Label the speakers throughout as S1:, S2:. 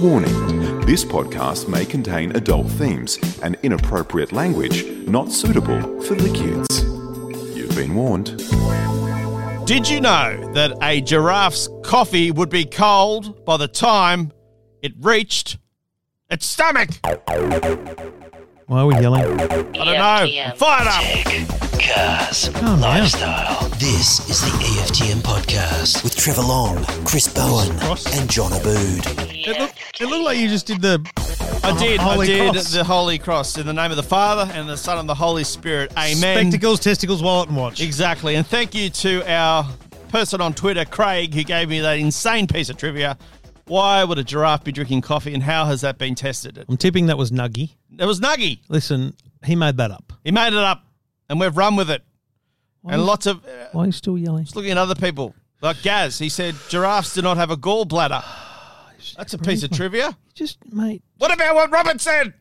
S1: Warning This podcast may contain adult themes and inappropriate language not suitable for the kids. You've been warned.
S2: Did you know that a giraffe's coffee would be cold by the time it reached its stomach? I
S3: Why are we yelling?
S2: don't know. I'm fired up.
S4: Cars,
S3: Oh, no.
S4: lifestyle.
S5: This is the EFTM podcast with Trevor Long, Chris Bowen, and John Abood.
S3: It looked, it looked like you just did the.
S2: I did. I
S3: Holy
S2: did
S3: cross.
S2: the Holy Cross in the name of the Father and the Son and the Holy Spirit. Amen.
S3: Spectacles, testicles, wallet, and watch.
S2: Exactly. And thank you to our person on Twitter, Craig, who gave me that insane piece of trivia. Why would a giraffe be drinking coffee and how has that been tested?
S3: I'm tipping that was Nuggy.
S2: It was Nuggy.
S3: Listen, he made that up.
S2: He made it up and we've run with it. And
S3: is-
S2: lots of
S3: Why are you still yelling?
S2: looking at other people. Like Gaz, he said giraffes do not have a gallbladder. That's a piece of trivia.
S3: Just, mate.
S2: What about what Robert said?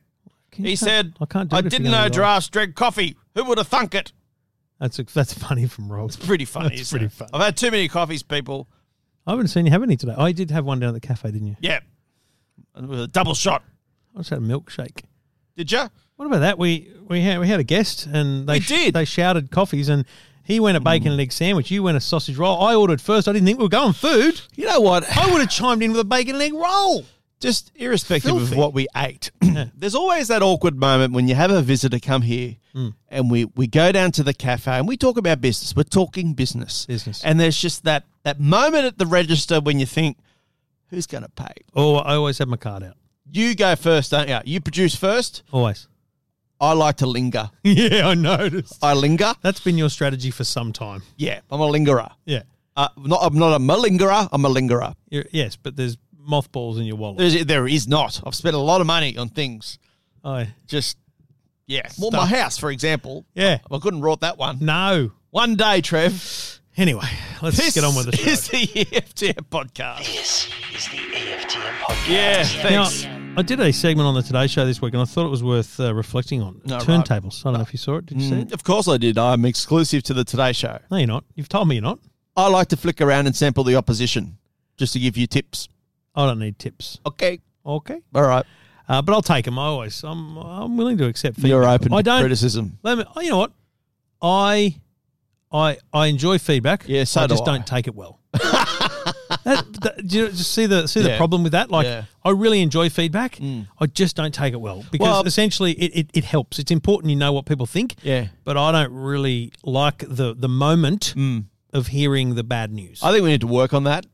S3: can you-
S2: He
S3: can't-
S2: said,
S3: I can't do
S2: I
S3: it if you're
S2: didn't
S3: gonna
S2: know
S3: yell."
S2: giraffes drink coffee. Who would have thunk it?
S3: That's, that's funny from Rob.
S2: Pretty funny.
S3: That's
S2: isn't
S3: pretty
S2: it?
S3: funny.
S2: I've had too many coffees, people.
S3: I haven't seen you have any today. Oh, you did have one down at the cafe, didn't you?
S2: Yeah. With a double shot.
S3: I just had a milkshake.
S2: Did you?
S3: What about that? We we had we had a guest and they
S2: We did.
S3: they shouted coffees and he went a bacon and egg sandwich. You went a sausage roll. I ordered first. I didn't think we were going food.
S2: You know what?
S3: I would have chimed in with a bacon and egg roll.
S2: Just irrespective
S3: Filthy.
S2: of what we ate, there's always that awkward moment when you have a visitor come here and we, we go down to the cafe and we talk about business. We're talking business.
S3: Business.
S2: And there's just that, that moment at the register when you think, who's going to pay?
S3: Oh, I always had my card out.
S2: You go first, don't you? You produce first.
S3: Always.
S2: I like to linger.
S3: Yeah, I noticed.
S2: I linger.
S3: That's been your strategy for some time.
S2: Yeah, I'm a lingerer.
S3: Yeah.
S2: Uh, not, I'm not a malingerer. I'm a lingerer.
S3: You're, yes, but there's mothballs in your wallet.
S2: There's, there is not. I've spent a lot of money on things.
S3: Oh,
S2: Just, yeah. Well, my house, for example.
S3: yeah.
S2: I couldn't rot that one.
S3: No.
S2: One day, Trev.
S3: Anyway, let's get on with the show.
S2: It's the EFTM podcast.
S4: This is the EFTM podcast.
S2: Yeah,
S3: Now,
S2: thanks.
S3: I did a segment on the Today Show this week, and I thought it was worth uh, reflecting on.
S2: No, right.
S3: Turntables. I don't know if you saw it. Did you see it?
S2: Mm, Of course I did. I'm exclusive to the Today Show.
S3: No, you're not. You've told me you're not.
S2: I like to flick around and sample the opposition just to give you tips.
S3: I don't need tips.
S2: Okay.
S3: Okay.
S2: All right.
S3: Uh, but I'll take them. I always, I'm, I'm willing to accept feedback.
S2: You're open
S3: I
S2: to
S3: don't.
S2: criticism.
S3: Let me, oh, you know what? I, I, I enjoy feedback.
S2: Yeah, so
S3: I
S2: do
S3: just
S2: I.
S3: not take it well. that, that- do you just see the see the
S2: Yeah.
S3: problem with that? Like,
S2: Yeah. Mm.
S3: I really enjoy feedback. I just don't take it well because
S2: Well-
S3: essentially it, it, it helps. It's important you know what people think.
S2: Yeah.
S3: But I don't really like the the moment of hearing the bad news.
S2: Mm. I think we need to work on that.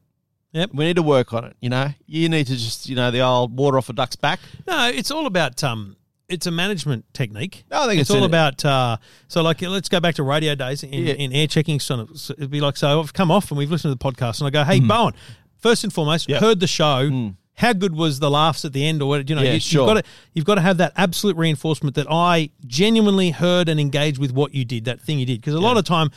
S3: Yep.
S2: We need to work on it, you know. You need to just, you know, the old water off a duck's back.
S3: No, it's all about um, it's a management technique.
S2: No, I think it's
S3: all
S2: in it.
S3: about uh, so like let's go back to radio days in,
S2: Yeah.
S3: in air checking. So so it'd be like so I've come off and we've listened to the podcast and I go, hey
S2: Mm-hmm.
S3: Bowen, first and foremost,
S2: Yep.
S3: heard the show. How good was the laughs at the end, or what? You know,
S2: Mm. Yeah,
S3: you,
S2: sure.
S3: have got to you've got to have that absolute reinforcement that I genuinely heard and engaged with what you did, that thing you did. Because a lot of time,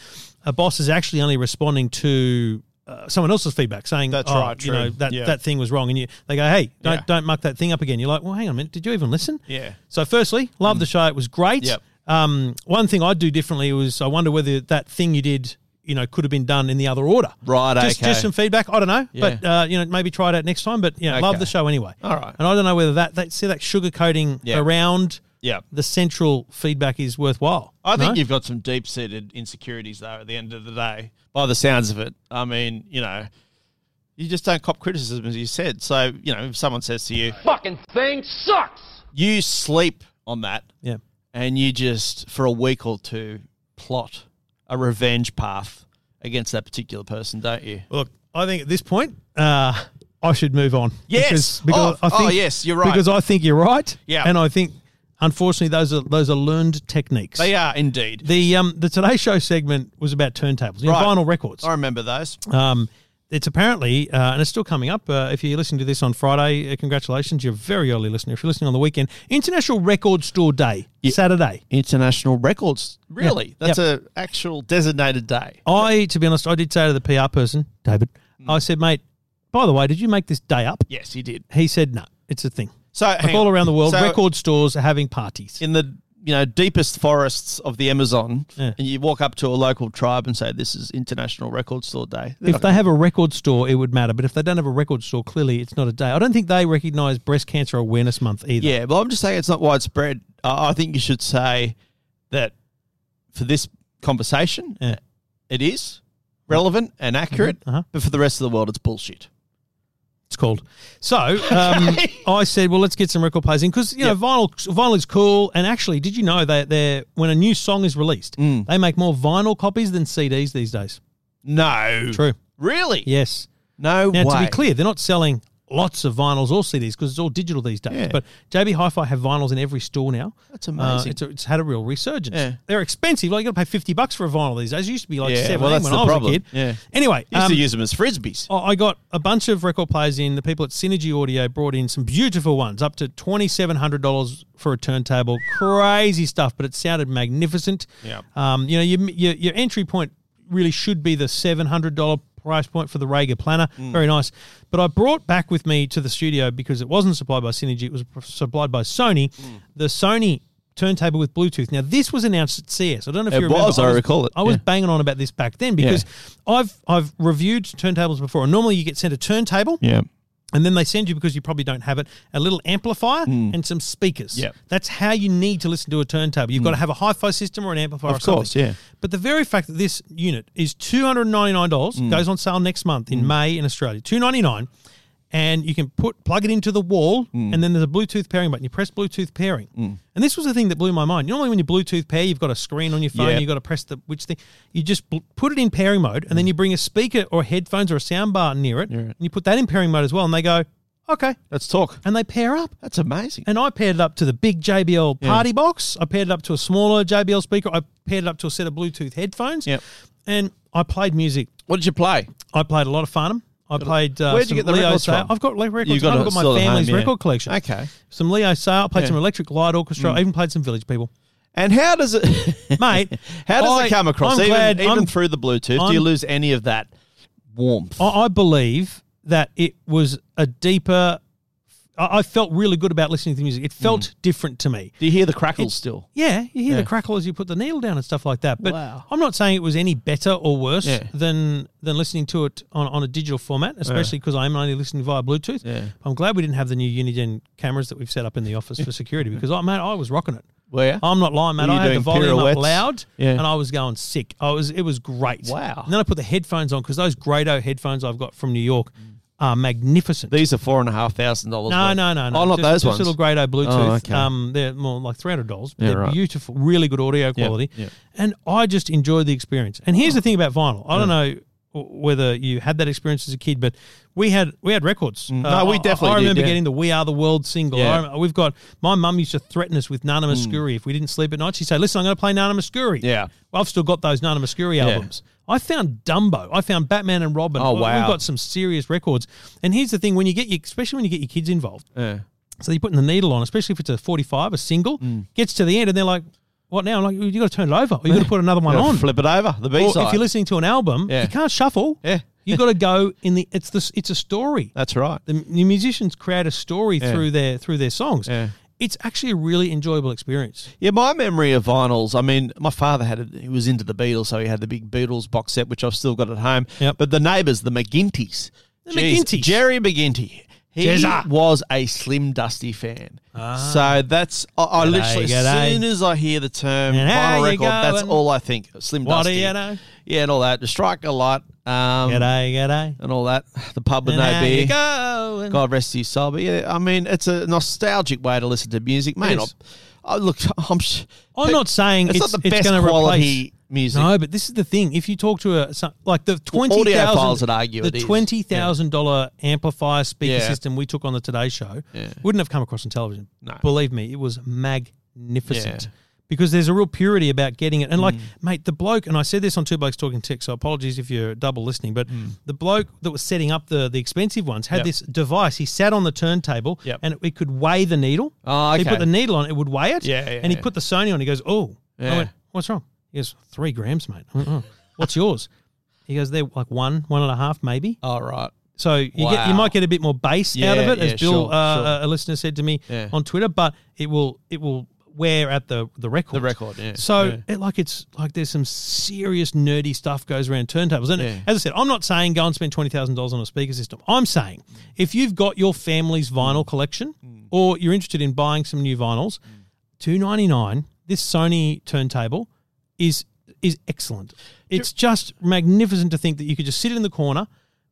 S3: a boss is actually only responding to. Uh, someone else's feedback saying
S2: That's
S3: "Oh,
S2: right,
S3: you know
S2: true.
S3: that
S2: Yeah.
S3: that thing was wrong and you they go hey don't
S2: Yeah.
S3: don't muck that thing up again you're like well hang on a minute did you even listen
S2: Yeah.
S3: so firstly love the show it was great
S2: Mm. Yep.
S3: um, one thing i'd do differently was i wonder whether that thing you did you know could have been done in the other order
S2: Right,
S3: just,
S2: okay.
S3: just some feedback i don't know but
S2: Yeah.
S3: uh, you know maybe try it out next time but you know love
S2: Okay.
S3: the show anyway
S2: All right.
S3: and i don't know whether that that see that sugarcoating
S2: Yeah.
S3: around
S2: Yeah.
S3: the central feedback is worthwhile
S2: I think
S3: No?
S2: you've got some deep seated insecurities though. At the end of the day, by the sounds of it, I mean, you know, you just don't cop criticism, as you said. So, you know, if someone says to you,
S6: fucking thing sucks.
S2: you sleep on that,
S3: yeah
S2: and you just for a week or two plot a revenge path against that particular person, don't you?
S3: Look, I think at this point, uh, I should move on.
S2: Yes.
S3: Because, because
S2: Oh,
S3: I think,
S2: oh, yes, you're right.
S3: Because I think you're right.
S2: Yeah.
S3: And I think, unfortunately, those are those are learned techniques.
S2: They are indeed.
S3: the um the Today Show segment was about turntables, you know,
S2: Right.
S3: vinyl records.
S2: I remember those.
S3: Um, it's apparently, uh, and it's still coming up. Uh, if you're listening to this on Friday, uh, congratulations, you're a very early listener. If you're listening on the weekend, International Record Store Day, Saturday.
S2: International records, really?
S3: Yep.
S2: That's a actual designated day.
S3: I, to be honest, I did say to the PR person, David,
S2: Hmm.
S3: I said, mate, by the way, did you make this day up?
S2: Yes, he did.
S3: He said, no, it's a thing.
S2: So,
S3: Like
S2: hang
S3: all
S2: on.
S3: around the world,
S2: So-
S3: record stores are having parties.
S2: in the you know deepest forests of the Amazon,
S3: Yeah.
S2: and you walk up to a local tribe and say, "This is International Record Store Day."
S3: If they have a record store, it would matter. But if they don't have a record store, clearly it's not a day. I don't think they recognise Breast Cancer Awareness Month either.
S2: Yeah, but I'm just saying it's not widespread. I I think you should say that for this conversation, uh,
S3: Yeah.
S2: it is relevant and accurate,
S3: Uh-huh.
S2: but for the rest of the world, it's bullshit.
S3: It's called. So um, I said, well, let's get some record plays in because you know vinyl vinyl is cool. And actually, did you know that they when a new song is released,
S2: Mm.
S3: they make more vinyl copies than CDs these days?
S2: No,
S3: True.
S2: really?
S3: Yes.
S2: No
S3: Now
S2: way.
S3: to be clear, they're not selling lots of vinyls or CDs because it's all digital these days.
S2: Yeah.
S3: But JB Hi-Fi have vinyls in every store now. Uh,
S2: That's amazing.
S3: it's, a- it's had a real resurgence.
S2: Yeah.
S3: They're expensive. Like you got to pay fifty bucks for a vinyl these days. It used to be like
S2: Yeah,
S3: seven
S2: well, that's
S3: when
S2: the
S3: I was
S2: problem.
S3: a kid.
S2: Yeah.
S3: Anyway,
S2: Used
S3: um,
S2: to use them as frisbees.
S3: Oh, I I got a bunch of record players in. The people at Synergy Audio brought in some beautiful ones, up to twenty seven hundred dollars for a turntable. Crazy stuff, but it sounded magnificent.
S2: Yeah.
S3: Um, you know, your, your your entry point really should be the seven hundred dollar price point for the Rager Planner.
S2: Mm.
S3: Very nice. But I brought back with me to the studio because it wasn't supplied by Synergy; it was supplied by Sony.
S2: Mm.
S3: The Sony turntable with Bluetooth. Now this was announced at CS. I don't know if
S2: It
S3: you remember.
S2: was, I recall it,
S3: I was
S2: yeah.
S3: banging on about this back then because I've I've reviewed turntables before, and normally you get sent a turntable,
S2: yeah.
S3: and then they send you because you probably don't have it a little amplifier
S2: Hmm.
S3: and some speakers.
S2: Yep.
S3: that's how you need to listen to a turntable. You've got to have a hi-fi system or an amplifier.
S2: Hmm. Of
S3: or something.
S2: course, yeah.
S3: But the very fact that this unit is two hundred ninety nine dollars goes on sale next month in May in Australia. Two ninety nine. And you can put plug it into the wall, and then there's a Bluetooth pairing button. You press Bluetooth pairing, and this was the thing that blew my mind. Normally, when you Bluetooth pair, you've got a screen on your phone.
S2: Yeah.
S3: You've got to press the which thing. You just bl- put it in pairing mode, and then you bring a speaker or headphones or a sound bar Mm. near it, and you put that in pairing mode as well. And they go, okay,
S2: Let's talk.
S3: and they pair up.
S2: That's amazing.
S3: And I paired it up to the big JBL
S2: Yeah.
S3: party box. I paired it up to a smaller JBL speaker. I paired it up to a set of Bluetooth headphones.
S2: Yep.
S3: And I played music.
S2: What did you play?
S3: I played a lot of Farnham. I played. Uh,
S2: Where'd you
S3: some
S2: get the
S3: Leo
S2: records
S3: Sayer.
S2: from?
S3: I've got like records.
S2: got
S3: I've
S2: it
S3: got my
S2: still at home,
S3: family's
S2: yeah.
S3: record collection.
S2: Okay.
S3: Some Leo Sayer. I played
S2: Yeah. Mm.
S3: some Electric Light Orchestra. I even played some Village People.
S2: And how does it,
S3: Mate,
S2: how does
S3: I-
S2: it come across?
S3: I'm
S2: even
S3: glad-
S2: even
S3: I'm-
S2: through the Bluetooth, do you
S3: I'm-
S2: lose any of that warmth?
S3: I, I believe that it was a deeper. I, I felt really good about listening to the music. It felt
S2: Mm.
S3: different to me.
S2: do you hear the crackle still?
S3: Yeah, you hear
S2: Yeah.
S3: the crackle as you put the needle down and stuff like that. But
S2: Wow.
S3: I'm not saying it was any better or worse
S2: Yeah.
S3: than than listening to it on, on a digital format, especially because I'm only listening via Bluetooth.
S2: Yeah.
S3: I'm glad we didn't have the new Unigen cameras that we've set up in the office for security because, I mate, I was rocking it.
S2: Were you?
S3: I'm not lying, mate.
S2: Were you
S3: I had the
S2: doing
S3: volume
S2: pirouettes?
S3: up loud,
S2: Yeah.
S3: and I was going sick. I was, it was great.
S2: Wow.
S3: And then I put the headphones on because those Grado headphones I've got from New York are magnificent.
S2: These are four and a half thousand dollars.
S3: No,
S2: worth.
S3: no, no, no.
S2: Oh, not
S3: Just-
S2: those
S3: just
S2: ones.
S3: Little grade O Bluetooth.
S2: Oh, okay.
S3: Um, they're more like three hundred dollars.
S2: Yeah,
S3: They're
S2: right.
S3: beautiful, really good audio quality.
S2: yeah.
S3: And I just enjoyed the experience. And
S2: Oh.
S3: here's the thing about vinyl. I don't know w- whether you had that experience as a kid, but we had we had records.
S2: Mm.
S3: Uh,
S2: No, we
S3: I-
S2: definitely
S3: I,
S2: did,
S3: remember
S2: yeah.
S3: getting the "We Are the World" single.
S2: Yeah. Mm.
S3: I remember, we've got my mum used to threaten us with Nana Muscuri if we didn't sleep at night. She'd say, "Listen, I'm going to play Nana Muscuri."
S2: Yeah.
S3: Well, I've still got those Nana Muscuri albums. I found Dumbo. I found Batman and Robin.
S2: Oh,
S3: We-
S2: wow.
S3: We've got some serious records. And here's the thing: when you get, your, especially when you get your kids involved,
S2: Yeah.
S3: so you're putting the needle on, especially if it's a 45, a single,
S2: Mm.
S3: gets to the end and they're like, what now? I'm like, you got to turn it over or you got to put another one
S2: Gotta
S3: on.
S2: Flip it over. The B
S3: Or if
S2: side.
S3: you're listening to an album,
S2: Yeah.
S3: you can't shuffle.
S2: Yeah.
S3: you got to go in the, it's the, it's a story.
S2: That's right.
S3: The, the musicians create a story
S2: Yeah.
S3: through their, through their songs.
S2: Yeah.
S3: It's actually a really enjoyable experience.
S2: Yeah, my memory of vinyls. I mean, my father had a, he was into the Beatles, so he had the big Beatles box set, which I've still got at home.
S3: Yep.
S2: But the neighbours, the McGinties,
S3: The
S2: Jeez,
S3: McGinties.
S2: Jerry McGinty, he
S3: Jezza. Ah.
S2: was a Slim Dusty fan. So that's I, I
S3: G'day,
S2: literally
S3: g'day.
S2: as soon as I hear the term
S3: And how
S2: vinyl
S3: you
S2: record, that's
S3: going?
S2: all I think. Slim
S3: What do
S2: Dusty,
S3: you know?
S2: yeah, and all that. The Strike a lot, um,
S3: G'day, g'day.
S2: and all that. The pub with
S3: And
S2: no
S3: how
S2: beer.
S3: you going?
S2: God rest his soul. But yeah, I mean, it's a nostalgic way to listen to music, mate.
S3: is.
S2: I, I look, I'm. s-
S3: I'm not saying
S2: it's,
S3: it's,
S2: not the best
S3: gonna
S2: quality
S3: replace,
S2: music.
S3: No, but this is the thing. If you talk to a some- like the twenty
S2: Audiophiles
S3: thousand,
S2: would argue it
S3: the
S2: is.
S3: twenty thousand dollar amplifier speaker
S2: Yeah.
S3: system we took on the Today Show
S2: Yeah.
S3: wouldn't have come across on television.
S2: No.
S3: Believe me, it was magnificent.
S2: Yeah. Mm.
S3: Because there's a real purity about getting it, and like, mate, the bloke, and I said this on Two Blokes Talking Tech, so apologies if you're double listening, but the bloke that was setting up the the expensive ones had
S2: Mm. Yep.
S3: this device. He sat on the turntable,
S2: Yep.
S3: and it, it could weigh the needle.
S2: Oh,
S3: He
S2: okay.
S3: put the needle on, it would weigh it,
S2: Yeah, yeah,
S3: and he
S2: yeah.
S3: put the Sony on. He goes, "Oh,"
S2: Yeah.
S3: I went, "What's wrong?" He goes, three grams, mate." I went, "Oh, what's yours?" He goes, "They're like one, one and a half, maybe."
S2: All right.
S3: So you get
S2: Wow.
S3: you might get a bit more bass out of
S2: Yeah,
S3: it, as
S2: yeah,
S3: Bill,
S2: sure,
S3: uh,
S2: sure.
S3: a listener, said to me
S2: Yeah.
S3: on Twitter. But it will it will wear at the the record.
S2: The record, yeah.
S3: So
S2: Yeah.
S3: It, like it's like there's some serious nerdy stuff goes around turntables. And
S2: Yeah.
S3: as I said, I'm not saying go and spend twenty thousand dollars on a speaker system. I'm saying if you've got your family's vinyl collection
S2: Mm.
S3: or you're interested in buying some new vinyls, two ninety nine. This Sony turntable is is excellent. It's just magnificent to think that you could just sit in the corner.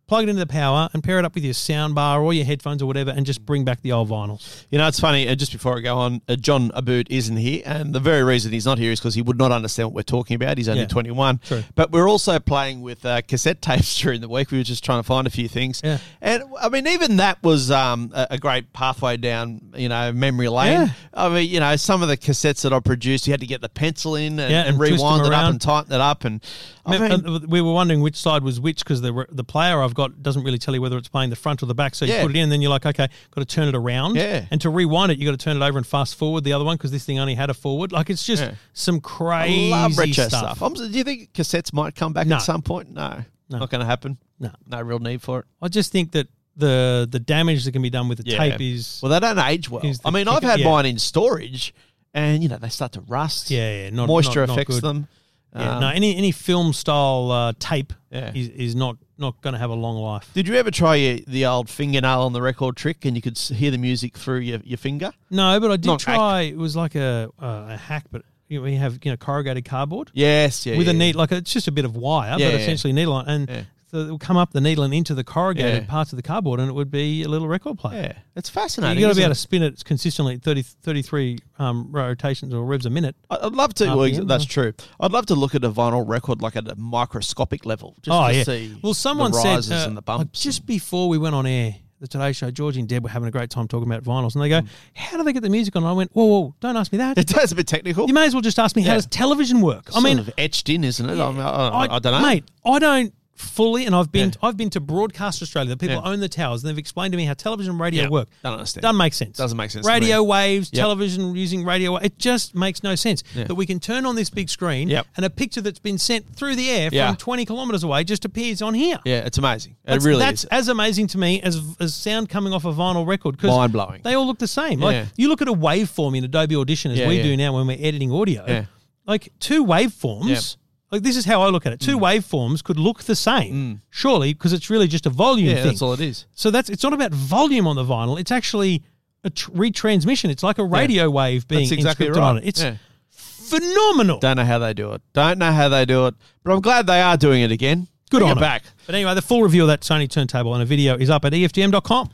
S3: Plug it into the power and pair it up with your sound bar or your headphones or whatever, and just bring back the old vinyls.
S2: You know, it's funny. Uh, just before I go on, uh, John Aboot isn't here, and the very reason he's not here is because he would not understand what we're talking about. He's only
S3: Yeah.
S2: 21.
S3: True.
S2: But we're also playing with uh, cassette tapes during the week. We were just trying to find a few things,
S3: Yeah.
S2: and I mean, even that was um, a, a great pathway down, you know, memory lane.
S3: Yeah.
S2: I mean, you know, some of the cassettes that I produced, you had to get the pencil in and,
S3: Yeah,
S2: and,
S3: and twist
S2: rewind
S3: them
S2: it up
S3: around.
S2: and tighten it up, and I
S3: Me-
S2: mean,
S3: uh, we were wondering which side was which because the re- the player I've got doesn't really tell you whether it's playing the front or the back. So you
S2: Yeah.
S3: put it in, and then you're like, okay, got to turn it around.
S2: Yeah.
S3: And to rewind it, you got to turn it over and fast forward the other one because this thing only had a forward. Like it's just
S2: Yeah.
S3: some
S2: I
S3: crazy
S2: love retro
S3: stuff.
S2: stuff. Oh. I'm, do you think cassettes might come back
S3: No.
S2: at some point? No, not going to happen.
S3: No.
S2: no real need for it.
S3: I just think that the the damage that can be done with the
S2: Yeah.
S3: tape is
S2: well, they don't age well.
S3: is the
S2: I mean, I've
S3: kicker-
S2: had
S3: yeah.
S2: mine in storage, and you know they start to rust.
S3: Yeah, yeah, not-
S2: moisture
S3: not- not
S2: affects
S3: good.
S2: them.
S3: yeah,
S2: Um,
S3: no any any film style uh, tape
S2: Yeah.
S3: is, is not not going to have a long life.
S2: Did you ever try your, the old fingernail on the record trick, and you could s- hear the music through your, your finger?
S3: No, but I did
S2: Not hack.
S3: try. It was like a uh, a hack, but you know, we have you know corrugated cardboard.
S2: Yes, yeah,
S3: with
S2: yeah,
S3: a
S2: yeah.
S3: needle, like it's just a bit of wire,
S2: Yeah,
S3: but
S2: yeah.
S3: essentially needle, on, and
S2: Yeah.
S3: so it would come up the needle and into the corrugated
S2: Yeah.
S3: parts of the cardboard, and it would be a little record player.
S2: Yeah, it's
S3: So
S2: fascinating.
S3: you got to be
S2: isn't
S3: able to
S2: it?
S3: spin it consistently at 30, 33 um, rotations or revs a minute.
S2: I- I'd love to.
S3: RPM,
S2: well, ex- that's
S3: huh?
S2: true. I'd love to look at a vinyl record like at a microscopic level, just
S3: oh
S2: to
S3: yeah.
S2: see.
S3: well, someone
S2: the rises
S3: said uh,
S2: and the
S3: like,
S2: bumps.
S3: just before we went on air, the Today Show, Georgie and Deb were having a great time talking about vinyls, and they
S2: Mm.
S3: go, "How do they get the music on?" And I went, "Whoa, whoa, don't ask me that.
S2: it does a bit technical.
S3: you may as well just ask me
S2: Yeah.
S3: how does television work." I
S2: Sort
S3: mean,
S2: of etched in, isn't it? I, mean, I, I, I don't know.
S3: mate. I don't fully, and I've been
S2: Yeah.
S3: I've been to Broadcast Australia. The people
S2: Yeah.
S3: own the towers, and they've explained to me how television and radio
S2: Yeah,
S3: work.
S2: don't understand.
S3: Doesn't make sense.
S2: Doesn't make sense to
S3: Radio
S2: me.
S3: waves,
S2: Yep.
S3: television using radio. wa- It just makes no sense
S2: Yeah.
S3: that we can turn on this big screen
S2: Yep.
S3: and a picture that's been sent through the air
S2: Yeah.
S3: from twenty kilometers away just appears on here.
S2: Yeah, it's amazing.
S3: That's,
S2: it really
S3: that's
S2: is.
S3: as amazing to me as as sound coming off a vinyl record. 'cause
S2: Mind-blowing.
S3: They all look the same.
S2: Yeah.
S3: Like you look at a waveform in Adobe Audition as
S2: Yeah,
S3: we
S2: yeah.
S3: do now when we're editing audio.
S2: Yeah.
S3: Like two waveforms.
S2: Yeah. Mm.
S3: Like this is how I look at it. Two waveforms could look the same, surely, because it's really just a volume
S2: Yeah,
S3: thing.
S2: that's all it is.
S3: So that's it's not about volume on the vinyl. It's actually a tr- retransmission. It's like a radio wave being
S2: That's exactly
S3: inscripted
S2: right.
S3: on it. It's
S2: Yeah.
S3: phenomenal.
S2: Don't know how they do it. Don't know how they do it. But I'm glad they are doing it again.
S3: Good
S2: Bring
S3: on
S2: it
S3: 'em.
S2: back.
S3: But anyway, the full review of that Sony turntable and a video is up at E EFTM.com.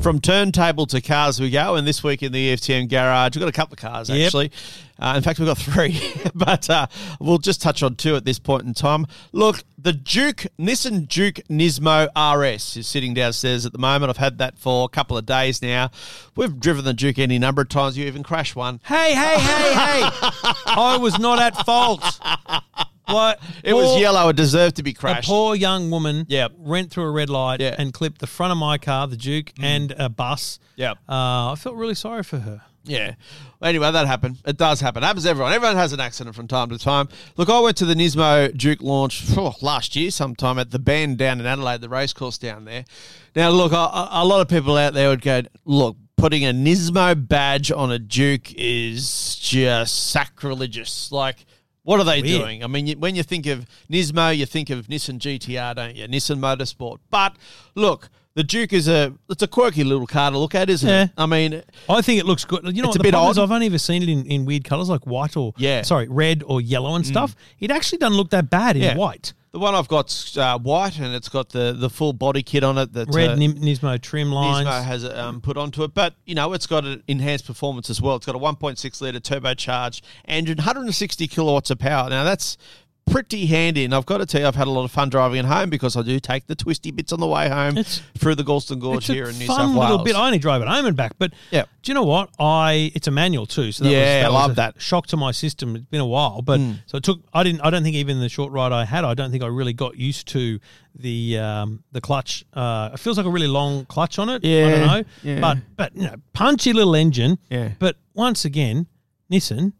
S2: From turntable to cars we go, and this week in the E EFTM garage, we've got a couple of cars
S3: Yep.
S2: actually. Uh, in fact, we've got three, but uh, we'll just touch on two at this point in time. Look, the Duke Nissan Duke Nismo RS is sitting downstairs at the moment. I've had that for a couple of days now. We've driven the Duke any number of times. You even crashed one.
S3: Hey, hey, hey, hey. I was not at fault. Like,
S2: It was
S3: poor-
S2: yellow. It deserved to be
S3: A
S2: crashed.
S3: poor young woman
S2: Yep.
S3: went through a red light
S2: Yeah. Mm.
S3: and clipped the front of my car, the Duke, and a bus.
S2: Yep.
S3: Uh, I felt really sorry for her.
S2: Yeah. Well, Anyway, that happened. It does happen. It happens to everyone. Everyone has an accident from time to time. Look, I went to the Nismo Duke launch phew, last year sometime at the bend down in Adelaide, the racecourse down there. Now, look, a, a a lot of people out there would go, look, putting a Nismo badge on a Duke is just sacrilegious. Like, what are they
S3: Weird.
S2: doing? I mean, you, when you think of Nismo, you think of Nissan GTR, don't you? Nissan Motorsport. But look, the Duke is a it's a quirky little car to look at, isn't
S3: Yeah.
S2: it? I mean,
S3: I think it looks good. You
S2: It's
S3: know, what,
S2: a
S3: the
S2: bit
S3: problem is
S2: odd.
S3: I've only ever seen it in, in weird colours like white or
S2: Yeah. Mm.
S3: sorry, red or yellow and stuff. It actually doesn't look that bad in
S2: Yeah.
S3: white.
S2: The one I've got's uh, white, and it's got the, the full body kit on it. That
S3: Red
S2: uh,
S3: Nim- Nismo trim lines.
S2: Nismo has um, put onto it, but you know it's got an enhanced performance as well. It's got a 1.6 liter turbocharged engine, 160 kilowatts of power. Now that's pretty handy, and I've got to tell you, I've had a lot of fun driving it home because I do take the twisty bits on the way home
S3: It's-
S2: through the Goulston Gorge
S3: it's a
S2: here in New
S3: fun
S2: South
S3: little
S2: Wales.
S3: bit. I only drive it home and back, but
S2: Yeah.
S3: do you know what? I it's a manual too, so that
S2: Yeah,
S3: was, that
S2: I
S3: was
S2: love
S3: a
S2: that. Hmm.
S3: shock to my system. It's been a while, but so it took. I didn't. I don't think even the short ride I had, I don't think I really got used to the um, the clutch. Uh, it feels like a really long clutch on it. I
S2: Yeah,
S3: don't know,
S2: yeah.
S3: but but you know, punchy little engine.
S2: Yeah. Hmm.
S3: But once again, Nissan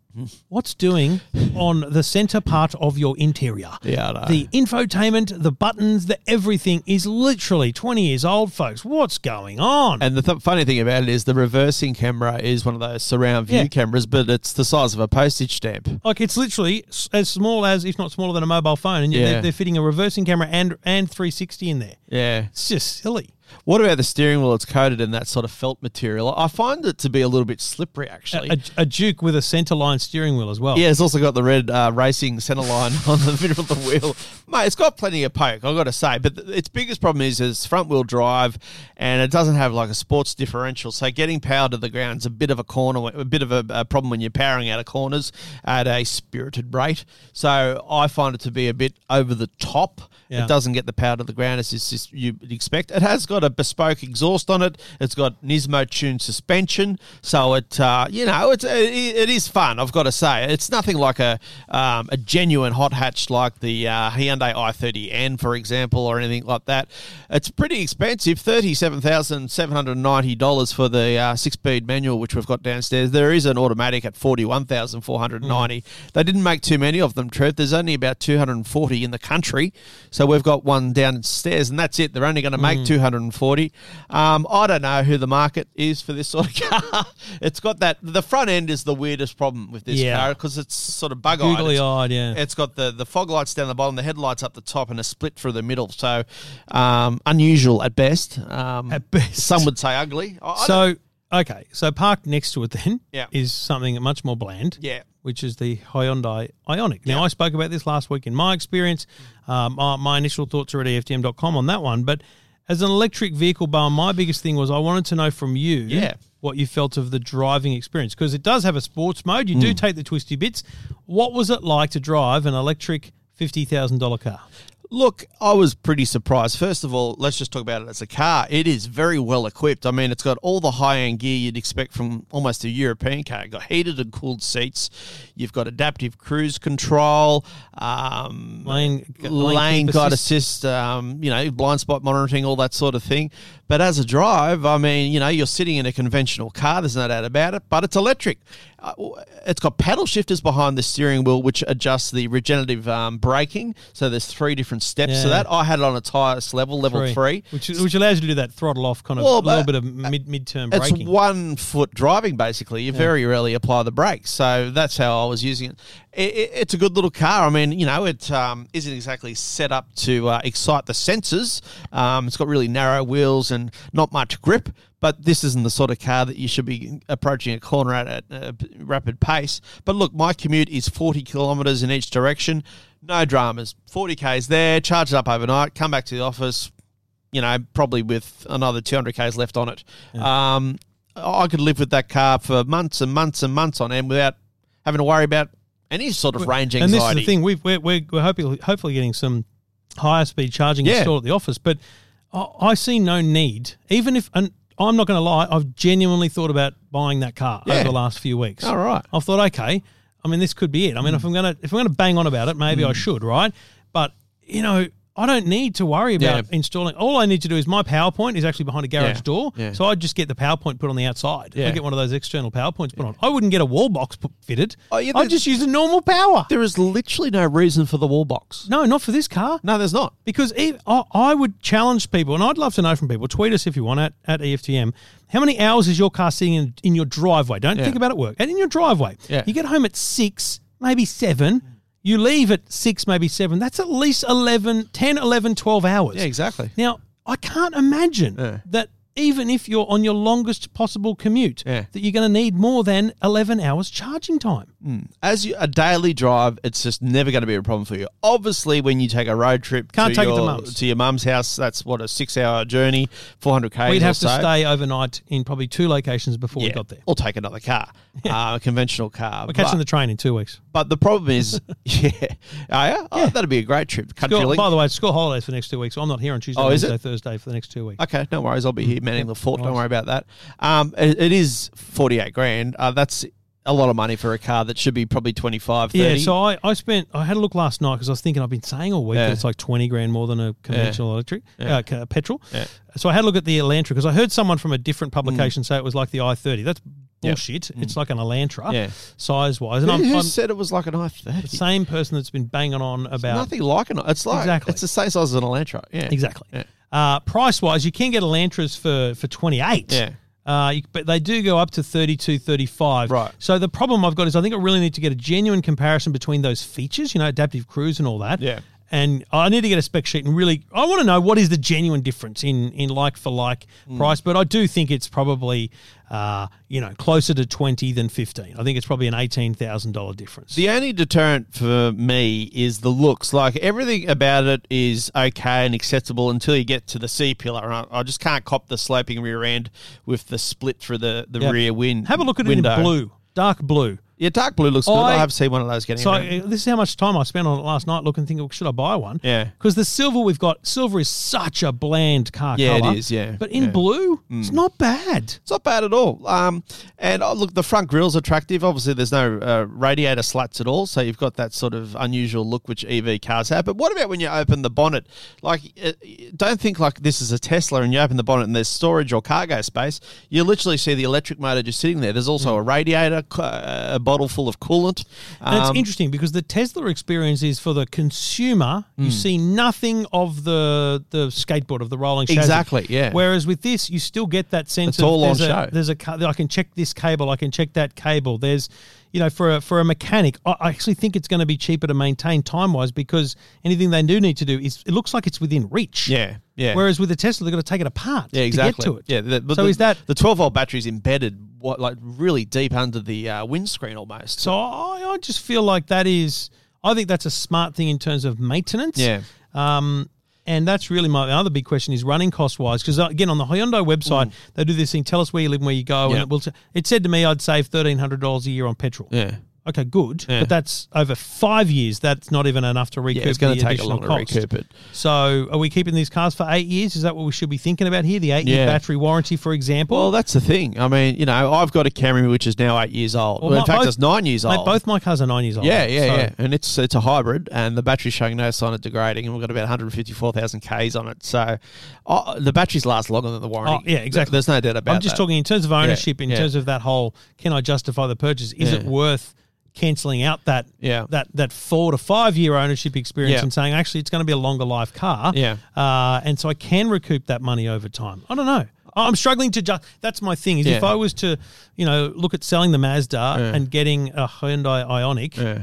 S3: what's doing on the center part of your interior.
S2: Yeah, I know.
S3: The infotainment, the buttons, the everything is literally 20 years old, folks. What's going on?
S2: And the th- funny thing about it is the reversing camera is one of those surround view
S3: Yeah.
S2: cameras, but it's the size of a postage stamp.
S3: like it's literally s- as small as, if not smaller than a mobile phone, and yet
S2: Yeah.
S3: they're, they're fitting a reversing camera and and 360 in there.
S2: Yeah.
S3: It's just silly.
S2: What about the steering wheel? It's coated in that sort of felt material. I find it to be a little bit slippery,
S3: A,
S2: actually.
S3: a, a Duke with a center line steering wheel as well.
S2: yeah, it's also got the red uh, racing centre line on the middle of the wheel. Mate, it's got plenty of poke, I've got to say. But th- its biggest problem is it's front wheel drive and it doesn't have like a sports differential. So getting power to the ground is a bit of a corner, a bit of a, a problem when you're powering out of corners at a spirited rate. So I find it to be a bit over the top.
S3: Yeah.
S2: It doesn't get the power to the ground as it's just you would expect. It has got a bespoke exhaust on it. It's got Nismo tuned suspension, so it uh, you know it's it, it is fun. I've got to say, it's nothing like a um, a genuine hot hatch like the uh, Hyundai i30N, for example, or anything like that. It's pretty expensive thirty seven thousand seven hundred ninety dollars for the uh, six speed manual, which we've got downstairs. There is an automatic at forty one thousand four hundred ninety. They didn't make too many of them, Trev. There's only about two hundred and forty in the country, so we've got one downstairs, and that's it. They're only going to
S3: Hmm.
S2: make two hundred and forty. Um, I don't know who the market is for this sort of car. it's got that the front end is the weirdest problem with this
S3: Yeah.
S2: car because it's sort of bug eyed.
S3: Googly eyed, yeah.
S2: It's got the, the fog lights down the bottom, the headlights up the top, and a split through the middle. So um, unusual at best. Um,
S3: At best.
S2: some would say ugly. I, I don't-
S3: So okay, so parked next to it then
S2: Yeah.
S3: is something much more bland.
S2: Yeah.
S3: Which is the Hyundai Ionic. Now I spoke about this last week in my experience. Um, my, my initial thoughts are at E EFTM.com on that one, but as an electric vehicle bar, my biggest thing was I wanted to know from you
S2: Yeah.
S3: what you felt of the driving experience because it does have a sports mode. You
S2: Mm.
S3: do take the twisty bits. What was it like to drive an electric fifty thousand dollar car?
S2: Look, I was pretty surprised. First of all, let's just talk about it as a car. It is very well equipped. I mean, it's got all the high end gear you'd expect from almost a European car. You've got heated and cooled seats. You've got adaptive cruise control. Um,
S3: Lane-
S2: lane,
S3: lane keep
S2: guide
S3: assist.
S2: assist, um, you know, blind spot monitoring, all that sort of thing. But as a drive, I mean, you know, you're sitting in a conventional car. There's no doubt about it. But it's electric. Uh, It's got paddle shifters behind the steering wheel, which adjusts the regenerative um, braking. So there's three different steps to
S3: Yeah.
S2: that. I had it on its highest level, level three.
S3: which which allows you to do that throttle off kind of
S2: Well,
S3: a little
S2: but-
S3: bit of mid midterm
S2: It's
S3: braking.
S2: one foot driving basically. You very rarely apply the brakes, so that's how I was using it. It, it. It's a good little car. I mean, you know, it um, isn't exactly set up to uh, excite the senses. Um, it's got really narrow wheels and not much grip. But this isn't the sort of car that you should be approaching a corner at at a p- rapid pace. But look, my commute is 40 kilometres in each direction. No dramas. 40 k's there. Charge it up overnight. Come back to the office you know, probably with another 200 k's left on it. Um, I could live with that car for months and months and months on end without having to worry about any sort of range anxiety.
S3: And this is the thing we've, we're we're, we're hopefully, hopefully getting some higher speed charging
S2: Yeah.
S3: installed at the office, but I, I see no need, even if and. I'm not going to lie. I've genuinely thought about buying that car
S2: Yeah.
S3: over the last few weeks.
S2: All right. Hmm.
S3: I've thought, okay. I mean, this could be it. I mean, if I'm going to if I'm going to bang on about it, maybe I should, right? But you know, I don't need to worry about
S2: Yeah.
S3: installing. All I need to do is my PowerPoint is actually behind a garage
S2: Yeah.
S3: door,
S2: Yeah.
S3: so I just get the PowerPoint put on the outside.
S2: Yeah.
S3: I get one of those external PowerPoints put on. I wouldn't get a wall box put, fitted.
S2: Oh, yeah,
S3: I
S2: the-
S3: just use a normal power.
S2: There is literally no reason for the wall box.
S3: No, not for this car.
S2: No, there's not.
S3: Because e- I I would challenge people, and I'd love to know from people. Tweet us if you want at, at E EFTM. How many hours is your car sitting in, in your driveway? Don't
S2: Yeah.
S3: think about it work. And in your driveway,
S2: Yeah.
S3: you get home at six, maybe seven. You leave at six, maybe seven. That's at least 11, 10, 11, 12 hours.
S2: Yeah, exactly.
S3: Now, I can't imagine
S2: Yeah.
S3: that even if you're on your longest possible commute,
S2: Yeah.
S3: that you're going to need more than 11 hours charging time.
S2: As you, a daily drive, it's just never going to be a problem for you. Obviously, when you take a road trip, to
S3: Can't take it to
S2: your,
S3: mum's.
S2: to your mum's house. That's what a six-hour journey, 400 k.
S3: We'd
S2: or
S3: have to
S2: so.
S3: stay overnight in probably two locations before we got there.
S2: or take another car, uh, a conventional car.
S3: We're catching
S2: But-
S3: the train in two weeks.
S2: But the problem is, yeah, oh, yeah? Oh, that'd be a great trip. Country
S3: School-
S2: link.
S3: by the way, it's school holidays for the next two weeks. I'm not here on Tuesday,
S2: Oh, is
S3: Wednesday,
S2: it?
S3: Thursday for the next two weeks.
S2: Okay, no worries. I'll be
S3: Mm.
S2: here manning the fort. Don't worry about that. Um, it, it is forty-eight grand. Uh, that's a lot of money for a car that should be probably 25, 30.
S3: Yeah, so I, I spent, I had a look last night because I was thinking I've been saying all week
S2: Yeah.
S3: that it's like 20 grand more than a conventional electric, uh, ca- petrol.
S2: Yeah. Mm.
S3: So I had a look at the Elantra because I heard someone from a different publication say it was like the i30. That's
S2: Yep.
S3: bullshit. It's like an Elantra,
S2: Mm. Yeah.
S3: size wise. And
S2: Who,
S3: I'm,
S2: who
S3: I'm the
S2: said it was like an i30?
S3: same person that's been banging on about
S2: Nothing like an. It's like
S3: Exactly.
S2: it's the same size as an Elantra. Yeah,
S3: Exactly.
S2: Yeah.
S3: Uh, price wise, you can get Elantras for for 28.
S2: Yeah.
S3: Uh, you, but they do go up to 32, 35.
S2: Right.
S3: So the problem I've got is I think I really need to get a genuine comparison between those features, you know, adaptive cruise and all that.
S2: Yeah.
S3: And I need to get a spec sheet and really, I want to know what is the genuine difference in in like for like
S2: Mm.
S3: price. But I do think it's probably, uh, you know, closer to 20 than 15. I think it's probably an $18,000 difference.
S2: The only deterrent for me is the looks. Like everything about it is okay and acceptable until you get to the C pillar. And I, I just can't cop the sloping rear end with the split through the, the
S3: Yeah.
S2: rear wind.
S3: Have a look at
S2: window.
S3: it in blue, dark blue.
S2: Yeah, dark blue looks good.
S3: I-
S2: I have seen one of those getting.
S3: So
S2: around.
S3: uh, this is how much time I spent on it last night looking, thinking, well, should I buy one?
S2: Yeah.
S3: Because the silver we've got, silver is such a bland car
S2: Yeah, it
S3: color.
S2: is, yeah,
S3: But in
S2: yeah. Mm.
S3: blue, it's not bad.
S2: It's not bad at all. Um, and oh, look, the front grill's attractive. Obviously, there's no uh, radiator slats at all, so you've got that sort of unusual look which EV cars have. But what about when you open the bonnet? Like, uh, don't think like this is a Tesla and you open the bonnet and there's storage or cargo space. You literally see the electric motor just sitting there. There's also a radiator, c- uh, a bottle full of coolant.
S3: Hmm. And it's
S2: Um,
S3: interesting because the Tesla experience is for the consumer,
S2: Hmm.
S3: you see nothing of the the skateboard of the rolling chassis.
S2: Exactly, yeah.
S3: Whereas with this, you still get that sense
S2: It's
S3: of
S2: all on
S3: there's a,
S2: show.
S3: There's a ca- I can check this cable, I can check that cable. There's you know, for a, for a mechanic, I I actually think it's going to be cheaper to maintain time wise because anything they do need to do is it looks like it's within reach.
S2: Yeah, yeah.
S3: Whereas with the Tesla, they've got to take it apart
S2: yeah, exactly.
S3: to get to it.
S2: Yeah, the- but
S3: so
S2: the,
S3: is that
S2: the 12 volt battery's embedded, what like really deep under the uh, windscreen almost.
S3: So I, I just feel like that is, I think that's a smart thing in terms of maintenance.
S2: Yeah.
S3: Um, and that's really my other big question is running cost wise. Because again, on the Hyundai website, they do this thing: tell us where you live and where you go, and
S2: Mm. Yeah.
S3: it will. T- it said to me, I'd save thirteen hundred dollars a year on petrol.
S2: yeah.
S3: Okay, good, but that's over five years. That's not even enough to recoup.
S2: Yeah, it's going
S3: the
S2: to take a
S3: additional
S2: long to
S3: cost.
S2: recoup it.
S3: So, are we keeping these cars for eight years? Is that what we should be thinking about here? The eight-year
S2: Yeah.
S3: battery warranty, for example.
S2: Well, that's the thing. I mean, you know, I've got a Camry which is now eight years old.
S3: Well,
S2: in
S3: my-
S2: fact,
S3: both-
S2: it's nine years
S3: Mate,
S2: old.
S3: both my cars are nine years old.
S2: yeah, yeah,
S3: so-
S2: yeah. And it's it's a hybrid, and the battery's showing no sign of degrading, and we've got about 154,000 Ks on it. So uh, the batteries last longer than the warranty.
S3: Oh, yeah, exactly.
S2: There's no doubt about
S3: I'm just
S2: that.
S3: talking in terms of ownership, in
S2: yeah.
S3: terms of that whole can I justify the purchase? Is it
S2: Yeah.
S3: worth cancelling out that
S2: Yeah.
S3: that that four to five year ownership experience
S2: Yeah.
S3: and saying actually it's going to be a longer life car?
S2: Yeah.
S3: uh, and so I can recoup that money over time. I don't know. I- I'm struggling to just. That's my thing. Is if
S2: Yeah.
S3: I was to, you know, look at selling the Mazda and getting a Hyundai Ionic,
S2: Yeah.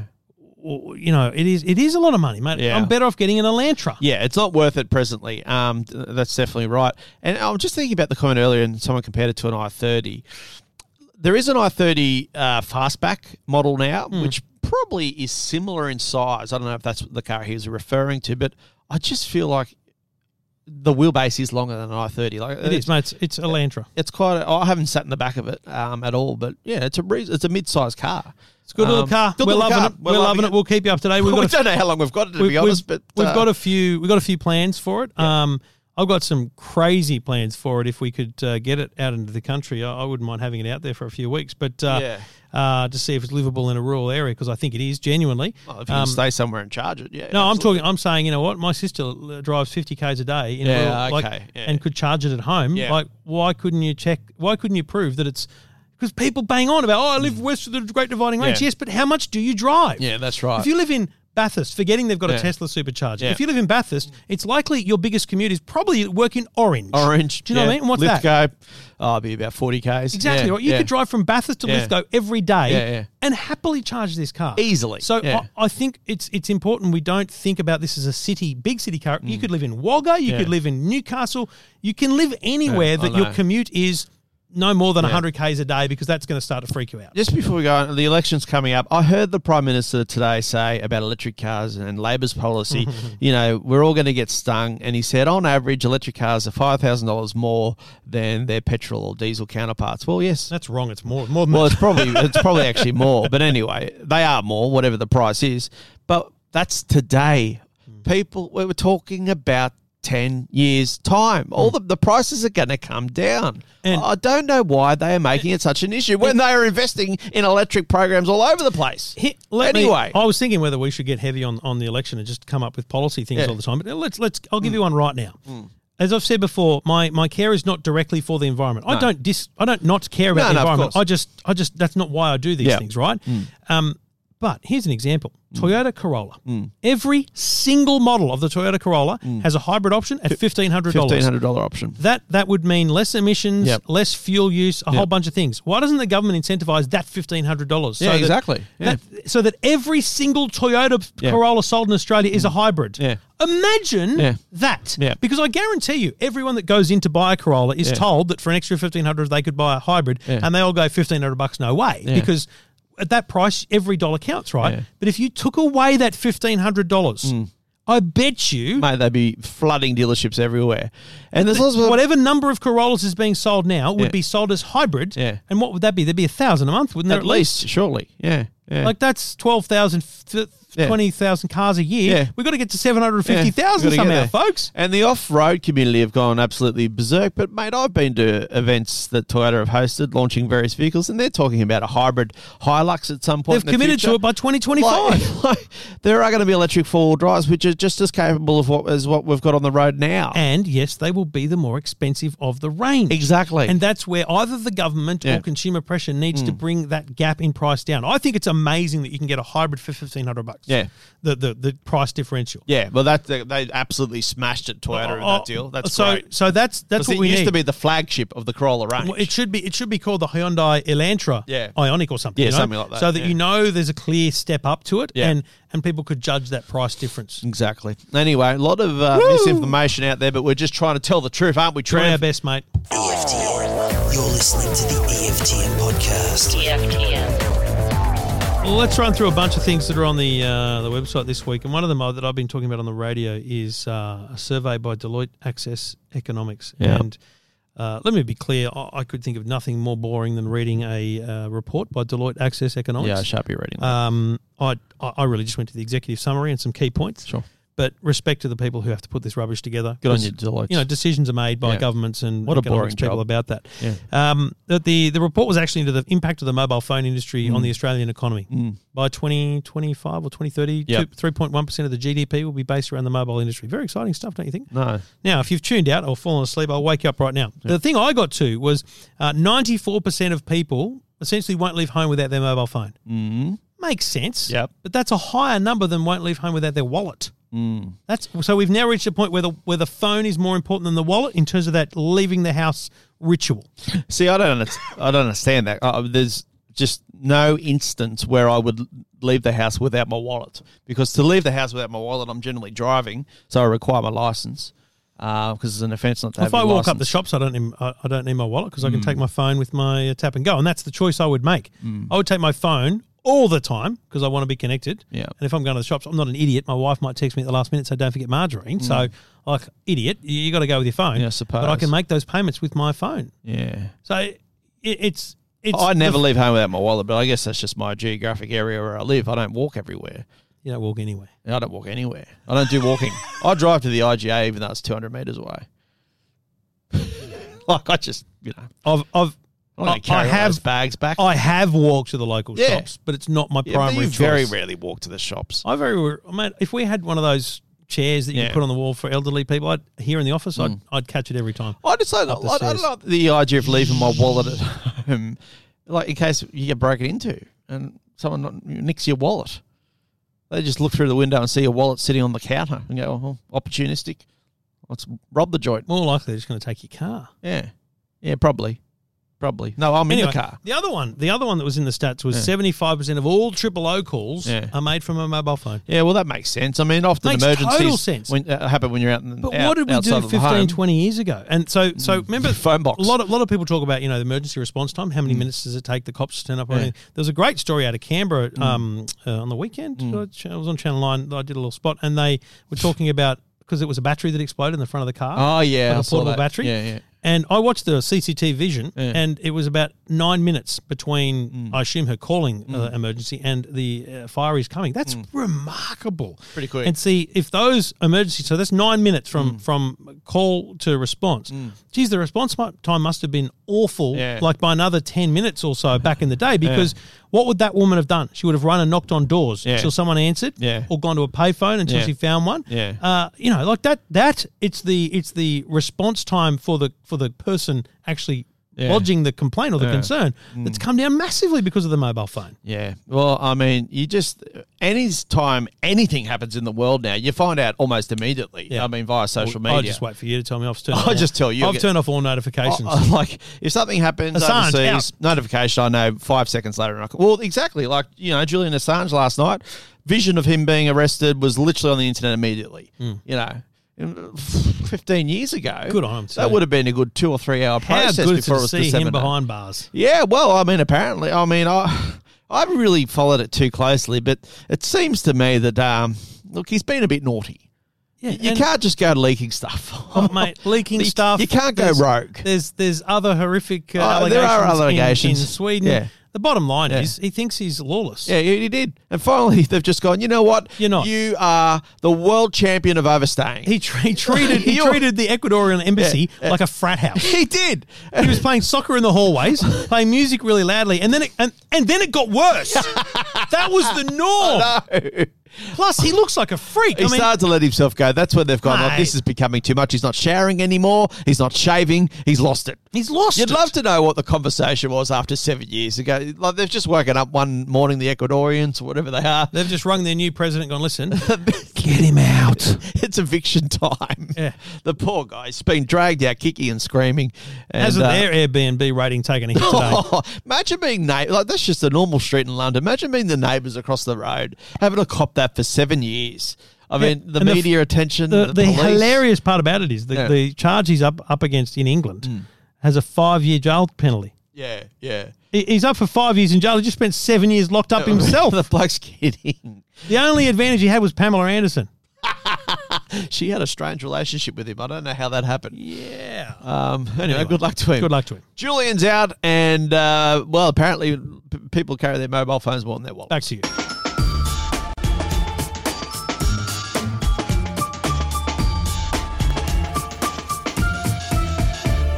S3: or- you know, it is it is a lot of money, mate.
S2: Yeah.
S3: I'm better off getting an Elantra.
S2: Yeah, it's not worth it presently. Um, th- that's definitely right. And I'm just thinking about the comment earlier, and someone compared it to an i30. There is an i30 uh, fastback model now,
S3: Hmm.
S2: which probably is similar in size. I don't know if that's the car he was referring to, but I just feel like the wheelbase is longer than an i30. Like uh,
S3: It is, mate. It's, it's Elantra.
S2: It's quite. A, I haven't sat in the back of it um, at all, but yeah, it's a re- it's a mid-sized car. It's
S3: Good little car. We're loving it. We're, loving it. We'll keep you up to date. We've
S2: we
S3: got a
S2: don't know how long we've got it to
S3: We've-
S2: be honest,
S3: we've,
S2: but
S3: we've
S2: uh,
S3: got a few. We've got a few plans for it. Um, I've got some crazy plans for it. If we could uh, get it out into the country, I, I wouldn't mind having it out there for a few weeks. But uh,
S2: Yeah.
S3: uh, to see if it's livable in a rural area, because I think it is genuinely.
S2: Well,
S3: Um,
S2: Oh, if you can stay somewhere and charge it, yeah.
S3: no, I'm
S2: absolutely.
S3: talking. I'm saying, you know what? My sister l- drives 50 k's a day, in
S2: Yeah,
S3: rural, like,
S2: okay, yeah.
S3: and could charge it at home.
S2: Yeah.
S3: Like, why couldn't you check? Why couldn't you prove that it's? Because people bang on about, oh, I live west of the Great Dividing Range.
S2: Mm. Yeah.
S3: Yes, but how much do you drive?
S2: Yeah, that's right.
S3: If you live in Bathurst, forgetting they've got a
S2: Yeah.
S3: Tesla supercharger,
S2: Yeah.
S3: if you live in Bathurst, it's likely your biggest commute is probably work in Orange.
S2: Orange.
S3: Do you know what I mean? And What's
S2: Lithgow,
S3: that?
S2: Oh, it'd be about 40 Ks.
S3: Exactly
S2: Yeah,
S3: right. You
S2: yeah.
S3: could drive from Bathurst to
S2: Yeah.
S3: Lithgow every day
S2: Yeah, yeah.
S3: and happily charge this car
S2: Easily,
S3: So
S2: yeah.
S3: I, I think it's it's important we don't think about this as a city, big city car. You could live in Wagga, you
S2: Mm. Yeah.
S3: could live in Newcastle, you can live anywhere
S2: I
S3: that your
S2: know.
S3: commute is no more than 100 k's a day because that's going to start to freak you out.
S2: Just before we go on, the election's coming up. I heard the Prime Minister today say about electric cars and Labor's policy, you know, we're all going to get stung. And he said, on average, electric cars are $5,000 more than their petrol or diesel counterparts. Well, yes.
S3: That's wrong. It's more more than
S2: Well,
S3: that.
S2: it's probably it's probably actually more, but anyway, they are more, whatever the price is. But that's today.
S3: Hmm.
S2: People, we were talking about ten years time. All the, the prices are going to come down.
S3: Hmm. And-
S2: I don't know why they are making it such an issue when they are investing in electric programs all over the place.
S3: Hi- let me-
S2: anyway,
S3: I was thinking whether we should get heavy on, on the election and just come up with policy things
S2: Yeah. Mm.
S3: all the time. But let's let's I'll give you one right now. as I've said before, my, my care is not directly for the environment. I
S2: No.
S3: don't dis I don't not care about
S2: No,
S3: the
S2: no, of
S3: environment.
S2: course.
S3: I just I just that's not why I do these
S2: Yeah. Mm.
S3: things, right? Um, but here's an example: Toyota Corolla.
S2: Mm.
S3: Every single model of the Toyota Corolla has a hybrid option at fifteen hundred
S2: Fifteen
S3: dollars.
S2: hundred dollar option.
S3: That that would mean less emissions,
S2: Yep.
S3: less fuel use, a whole bunch of things. Why doesn't the government incentivize that fifteen hundred dollars?
S2: Yeah, exactly. Yeah.
S3: That, so that every single
S2: Yeah.
S3: Toyota
S2: Mm.
S3: Corolla sold in Australia is a hybrid.
S2: Yeah.
S3: Imagine
S2: Yeah.
S3: that.
S2: Yeah.
S3: Because I guarantee you, everyone that goes in to buy a Corolla is
S2: Yeah.
S3: told that for an extra fifteen hundred they could buy a hybrid,
S2: Yeah.
S3: and they all go fifteen hundred bucks. No way,
S2: Yeah.
S3: because at that price, every dollar counts, right?
S2: Yeah. Mm.
S3: But if you took away that fifteen hundred dollars, I bet you
S2: Mate, they'd be flooding dealerships everywhere. And there's lots of
S3: whatever number of Corollas is being sold now would
S2: Yeah.
S3: be sold as hybrid.
S2: Yeah.
S3: And what would that be? There'd be a thousand a month, wouldn't there?
S2: at least, surely. Yeah. Yeah.
S3: Like that's 12,000, f-
S2: Yeah.
S3: 20,000 cars a year.
S2: Yeah.
S3: We've got to get to
S2: Yeah,
S3: 750,000
S2: gotta get
S3: somehow,
S2: there.
S3: folks.
S2: And the off-road community have gone absolutely berserk. But mate, I've been to events that Toyota have hosted, launching various vehicles, and they're talking about a hybrid Hilux at some point.
S3: They've committed to it by 2025.
S2: Like, like, there are going to be electric four-wheel drives, which are just as capable of what as what we've got on the road now.
S3: and yes, they will be the more expensive of the range.
S2: exactly.
S3: And that's where either the government
S2: Yeah. Hmm.
S3: or consumer pressure needs to bring that gap in price down. I think it's amazing that you can get a hybrid for 1500 bucks.
S2: Yeah.
S3: The, the, the price differential.
S2: yeah, well, that they, they absolutely smashed it, Toyota, in
S3: Oh,
S2: that deal. That's
S3: so.
S2: great.
S3: So that's that's
S2: 'Cause
S3: what
S2: it
S3: we
S2: used
S3: need.
S2: to be the flagship of the Corolla range.
S3: Well, it should be it should be called the Hyundai Elantra
S2: Yeah.
S3: Ionic or something.
S2: Yeah,
S3: you know?
S2: something like that,
S3: So that
S2: yeah.
S3: you know there's a clear step up to it,
S2: Yeah.
S3: and and people could judge that price difference.
S2: exactly. Anyway, a lot of uh, misinformation out there, but we're just trying to tell the truth, aren't we,
S3: Try our
S2: Trev?
S3: best, mate.
S5: EFTM. You're listening to the EFTM podcast.
S7: EFTM.
S3: Let's run through a bunch of things that are on the uh, the website this week, and one of them uh, that I've been talking about on the radio is uh, a survey by Deloitte Access Economics.
S2: Yeah.
S3: And uh, let me be clear, I, I could think of nothing more boring than reading a uh, report by Deloitte Access Economics.
S2: Yeah, I shan't be reading. that.
S3: Um, I, I I really just went to the executive summary and some key points.
S2: Sure.
S3: But respect to the people who have to put this rubbish together.
S2: Good on
S3: 'Cause,
S2: you, Deloitte.
S3: You know, decisions are made by
S2: Yeah.
S3: governments and
S2: What a
S3: economics
S2: boring
S3: people
S2: job.
S3: about that.
S2: Yeah.
S3: Um, that the, the report was actually into the impact of the mobile phone industry
S2: Mm.
S3: on the Australian economy. By 2025 or 2030,
S2: Yep.
S3: two- 3.1% of the GDP will be based around the mobile industry. Very exciting stuff, don't you think?
S2: no.
S3: Now, if you've tuned out or fallen asleep, I'll wake you up right now. The thing I got to was uh, 94% of people essentially won't leave home without their mobile phone. Mm. Makes sense.
S2: Yep.
S3: But that's a higher number than won't leave home without their wallet. That's so we've now reached a point where the where the phone is more important than the wallet in terms of that leaving the house ritual.
S2: See, I don't. under- I don't understand that. Uh, there's just no instance where I would leave the house without my wallet because to leave the house without my wallet, I'm generally driving, so I require my license because it's an offence not to have.
S3: if I
S2: your
S3: walk up the
S2: license. Hmm.
S3: shops, I don't need, I, I don't need my wallet because I can take my phone with my uh, tap and go, and that's the choice I would make. I would take my phone all the time because I want to be connected.
S2: Yeah.
S3: And if I'm going to the shops, I'm not an idiot. My wife might text me at the last minute, so don't forget margarine. So, like idiot, you, you got to go with your phone.
S2: Hmm. Yeah, I suppose.
S3: But I can make those payments with my phone.
S2: yeah.
S3: So it, it's it's.
S2: I never
S3: the-
S2: leave home without my wallet, but I guess that's just my geographic area where I live. I don't walk everywhere.
S3: you don't walk anywhere.
S2: And I don't walk anywhere. I don't do walking. I drive to the IGA even though it's 200 metres away. like, I just, you know,
S3: I've I've.
S2: I, don't carry all those bags back.
S3: I have walked to the local
S2: Yeah.
S3: shops, but it's not my
S2: Yeah, but
S3: primary
S2: you
S3: choice.
S2: very rarely walk to the shops.
S3: I very well- mate. If we had one of those chairs that you
S2: Yeah. Mm.
S3: could put on the wall for elderly people, I'd, here in the office, I'd, I'd catch it every time.
S2: I just don't, I,
S3: Up the
S2: I don't
S3: stairs.
S2: like the idea of leaving my wallet at home, like in case you get broken into and someone not- nicks your wallet. They just look through the window and see your wallet sitting on the counter and go, oh, opportunistic. Let's rob the joint.
S3: More likely, they're just going to take your car.
S2: Yeah. Yeah, probably. Probably. No, I'm in
S3: Anyway,
S2: the car.
S3: the other one, the other one that was in the stats was seventy-five percent of all triple O calls
S2: Yeah.
S3: are made from a mobile phone.
S2: Yeah, well, that makes sense. I mean, often
S3: Makes total
S2: emergencies
S3: sense.
S2: When, uh, happen when you're out. in-
S3: But
S2: out,
S3: what did we
S2: outside
S3: do
S2: of the
S3: 15,
S2: home. Mm.
S3: 20 years ago? And so, so remember,
S2: Phone box. Mm.
S3: A lot of lot of people talk about you know the emergency response time. How many minutes does it take the cops to turn up? Or
S2: Yeah. Mm.
S3: anything? There was a great story out of Canberra um, uh, on the weekend. I was on Channel Nine. I did a little spot, and they were talking about because it was a battery that exploded in the front of the
S2: Oh,
S3: car.
S2: yeah,
S3: like
S2: I
S3: a
S2: saw
S3: portable
S2: that.
S3: battery.
S2: Yeah, yeah.
S3: And I watched the CCTV vision,
S2: Yeah. Mm.
S3: and it was about nine minutes between, I assume, her calling uh, emergency and the uh, fire is coming. That's remarkable.
S2: Mm. Pretty quick.
S3: And see, if those emergency, so that's nine minutes
S2: Mm.
S3: from from call to response. Geez, the response mi- time must have been awful,
S2: Yeah.
S3: like by another 10 minutes or so back in the day, because What would that woman have done? She would have run and knocked on doors
S2: Yeah.
S3: until someone answered,
S2: Yeah.
S3: or gone to a payphone until
S2: Yeah.
S3: she found one.
S2: Yeah.
S3: Uh, you know, like that. That it's the it's the response time for the for the person actually
S2: Yeah.
S3: lodging the complaint or the
S2: Yeah. Mm.
S3: concern that's come down massively because of the mobile phone.
S2: Yeah. Well, I mean, you just any time anything happens in the world now, you find out almost immediately.
S3: Yeah.
S2: I mean, via social
S3: I
S2: media.
S3: just wait for you to tell me. I've turned.
S2: I'll
S3: it off.
S2: just tell you.
S3: I've turned off all notifications.
S2: I- I- like if something happens
S3: Assange,
S2: overseas, notification. I know five seconds later. And I can, well, exactly. Like you know, Julian Assange last night. Vision of him being arrested was literally on the internet immediately. You know. in- Fifteen years ago,
S3: Hmm. Good on him,
S2: That
S3: too.
S2: would have been a good two or three hour
S3: How
S2: process
S3: good is it
S2: before
S3: to
S2: it was
S3: see him
S2: disseminated.
S3: behind bars?
S2: Yeah, well, I mean, apparently, I mean, I I haven't really followed it too closely, but it seems to me that um, look, he's been a bit naughty.
S3: Yeah,
S2: You can't just go leaking stuff,
S3: Oh, mate, leaking
S2: You-
S3: stuff.
S2: You can't go
S3: There's-
S2: rogue.
S3: There's there's other horrific uh,
S2: Oh,
S3: allegations,
S2: there are
S3: in-
S2: allegations.
S3: in, Sweden.
S2: Yeah.
S3: The bottom line
S2: Yeah.
S3: is he thinks he's lawless.
S2: Yeah, he he did. And finally, they've just gone. You know what?
S3: You're not.
S2: You are the world champion of overstaying.
S3: He, tr- he treated he
S2: You're-
S3: treated the Ecuadorian embassy
S2: Yeah.
S3: like a frat house.
S2: He did.
S3: He was playing soccer in the hallways, playing music really loudly, and then it, and, and then it got worse. that was the norm. Plus, he looks like a freak.
S2: He
S3: I mean,
S2: started to let himself go. That's when they've gone. Like,
S3: Mate.
S2: this is becoming too much. He's not showering anymore. He's not shaving. He's lost it.
S3: he's lost.
S2: You'd
S3: it.
S2: love to know what the conversation was after seven years ago. Like they've just woken up one morning, the Ecuadorians or whatever they are.
S3: They've just rung their new president. and Gone, listen.
S2: Get him out. It's eviction time.
S3: Yeah.
S2: The poor guy's been dragged out kicking and screaming. And,
S3: Hasn't
S2: uh,
S3: their Airbnb rating taken a hit today?
S2: imagine being neighbor like that's just a normal street in London. Imagine being the neighbours across the road having to cop that for seven years. I
S3: Yeah,
S2: mean, the
S3: and the f-
S2: media attention,
S3: the,
S2: the,
S3: the,
S2: police.
S3: hilarious part about it is the,
S2: Yeah. Hmm.
S3: the charge he's up, up against in England has a five year jail penalty.
S2: Yeah, yeah.
S3: He- He's up for five years in jail. He just spent seven years locked up himself.
S2: the bloke's kidding.
S3: the only advantage he had was Pamela Anderson.
S2: She had a strange relationship with him. I don't know how that happened.
S3: Yeah.
S2: Um, anyway, good luck to him.
S3: Good luck to him.
S2: Julian's out, and uh, well, apparently p- people carry their mobile phones more than their wallet.
S3: Back to you.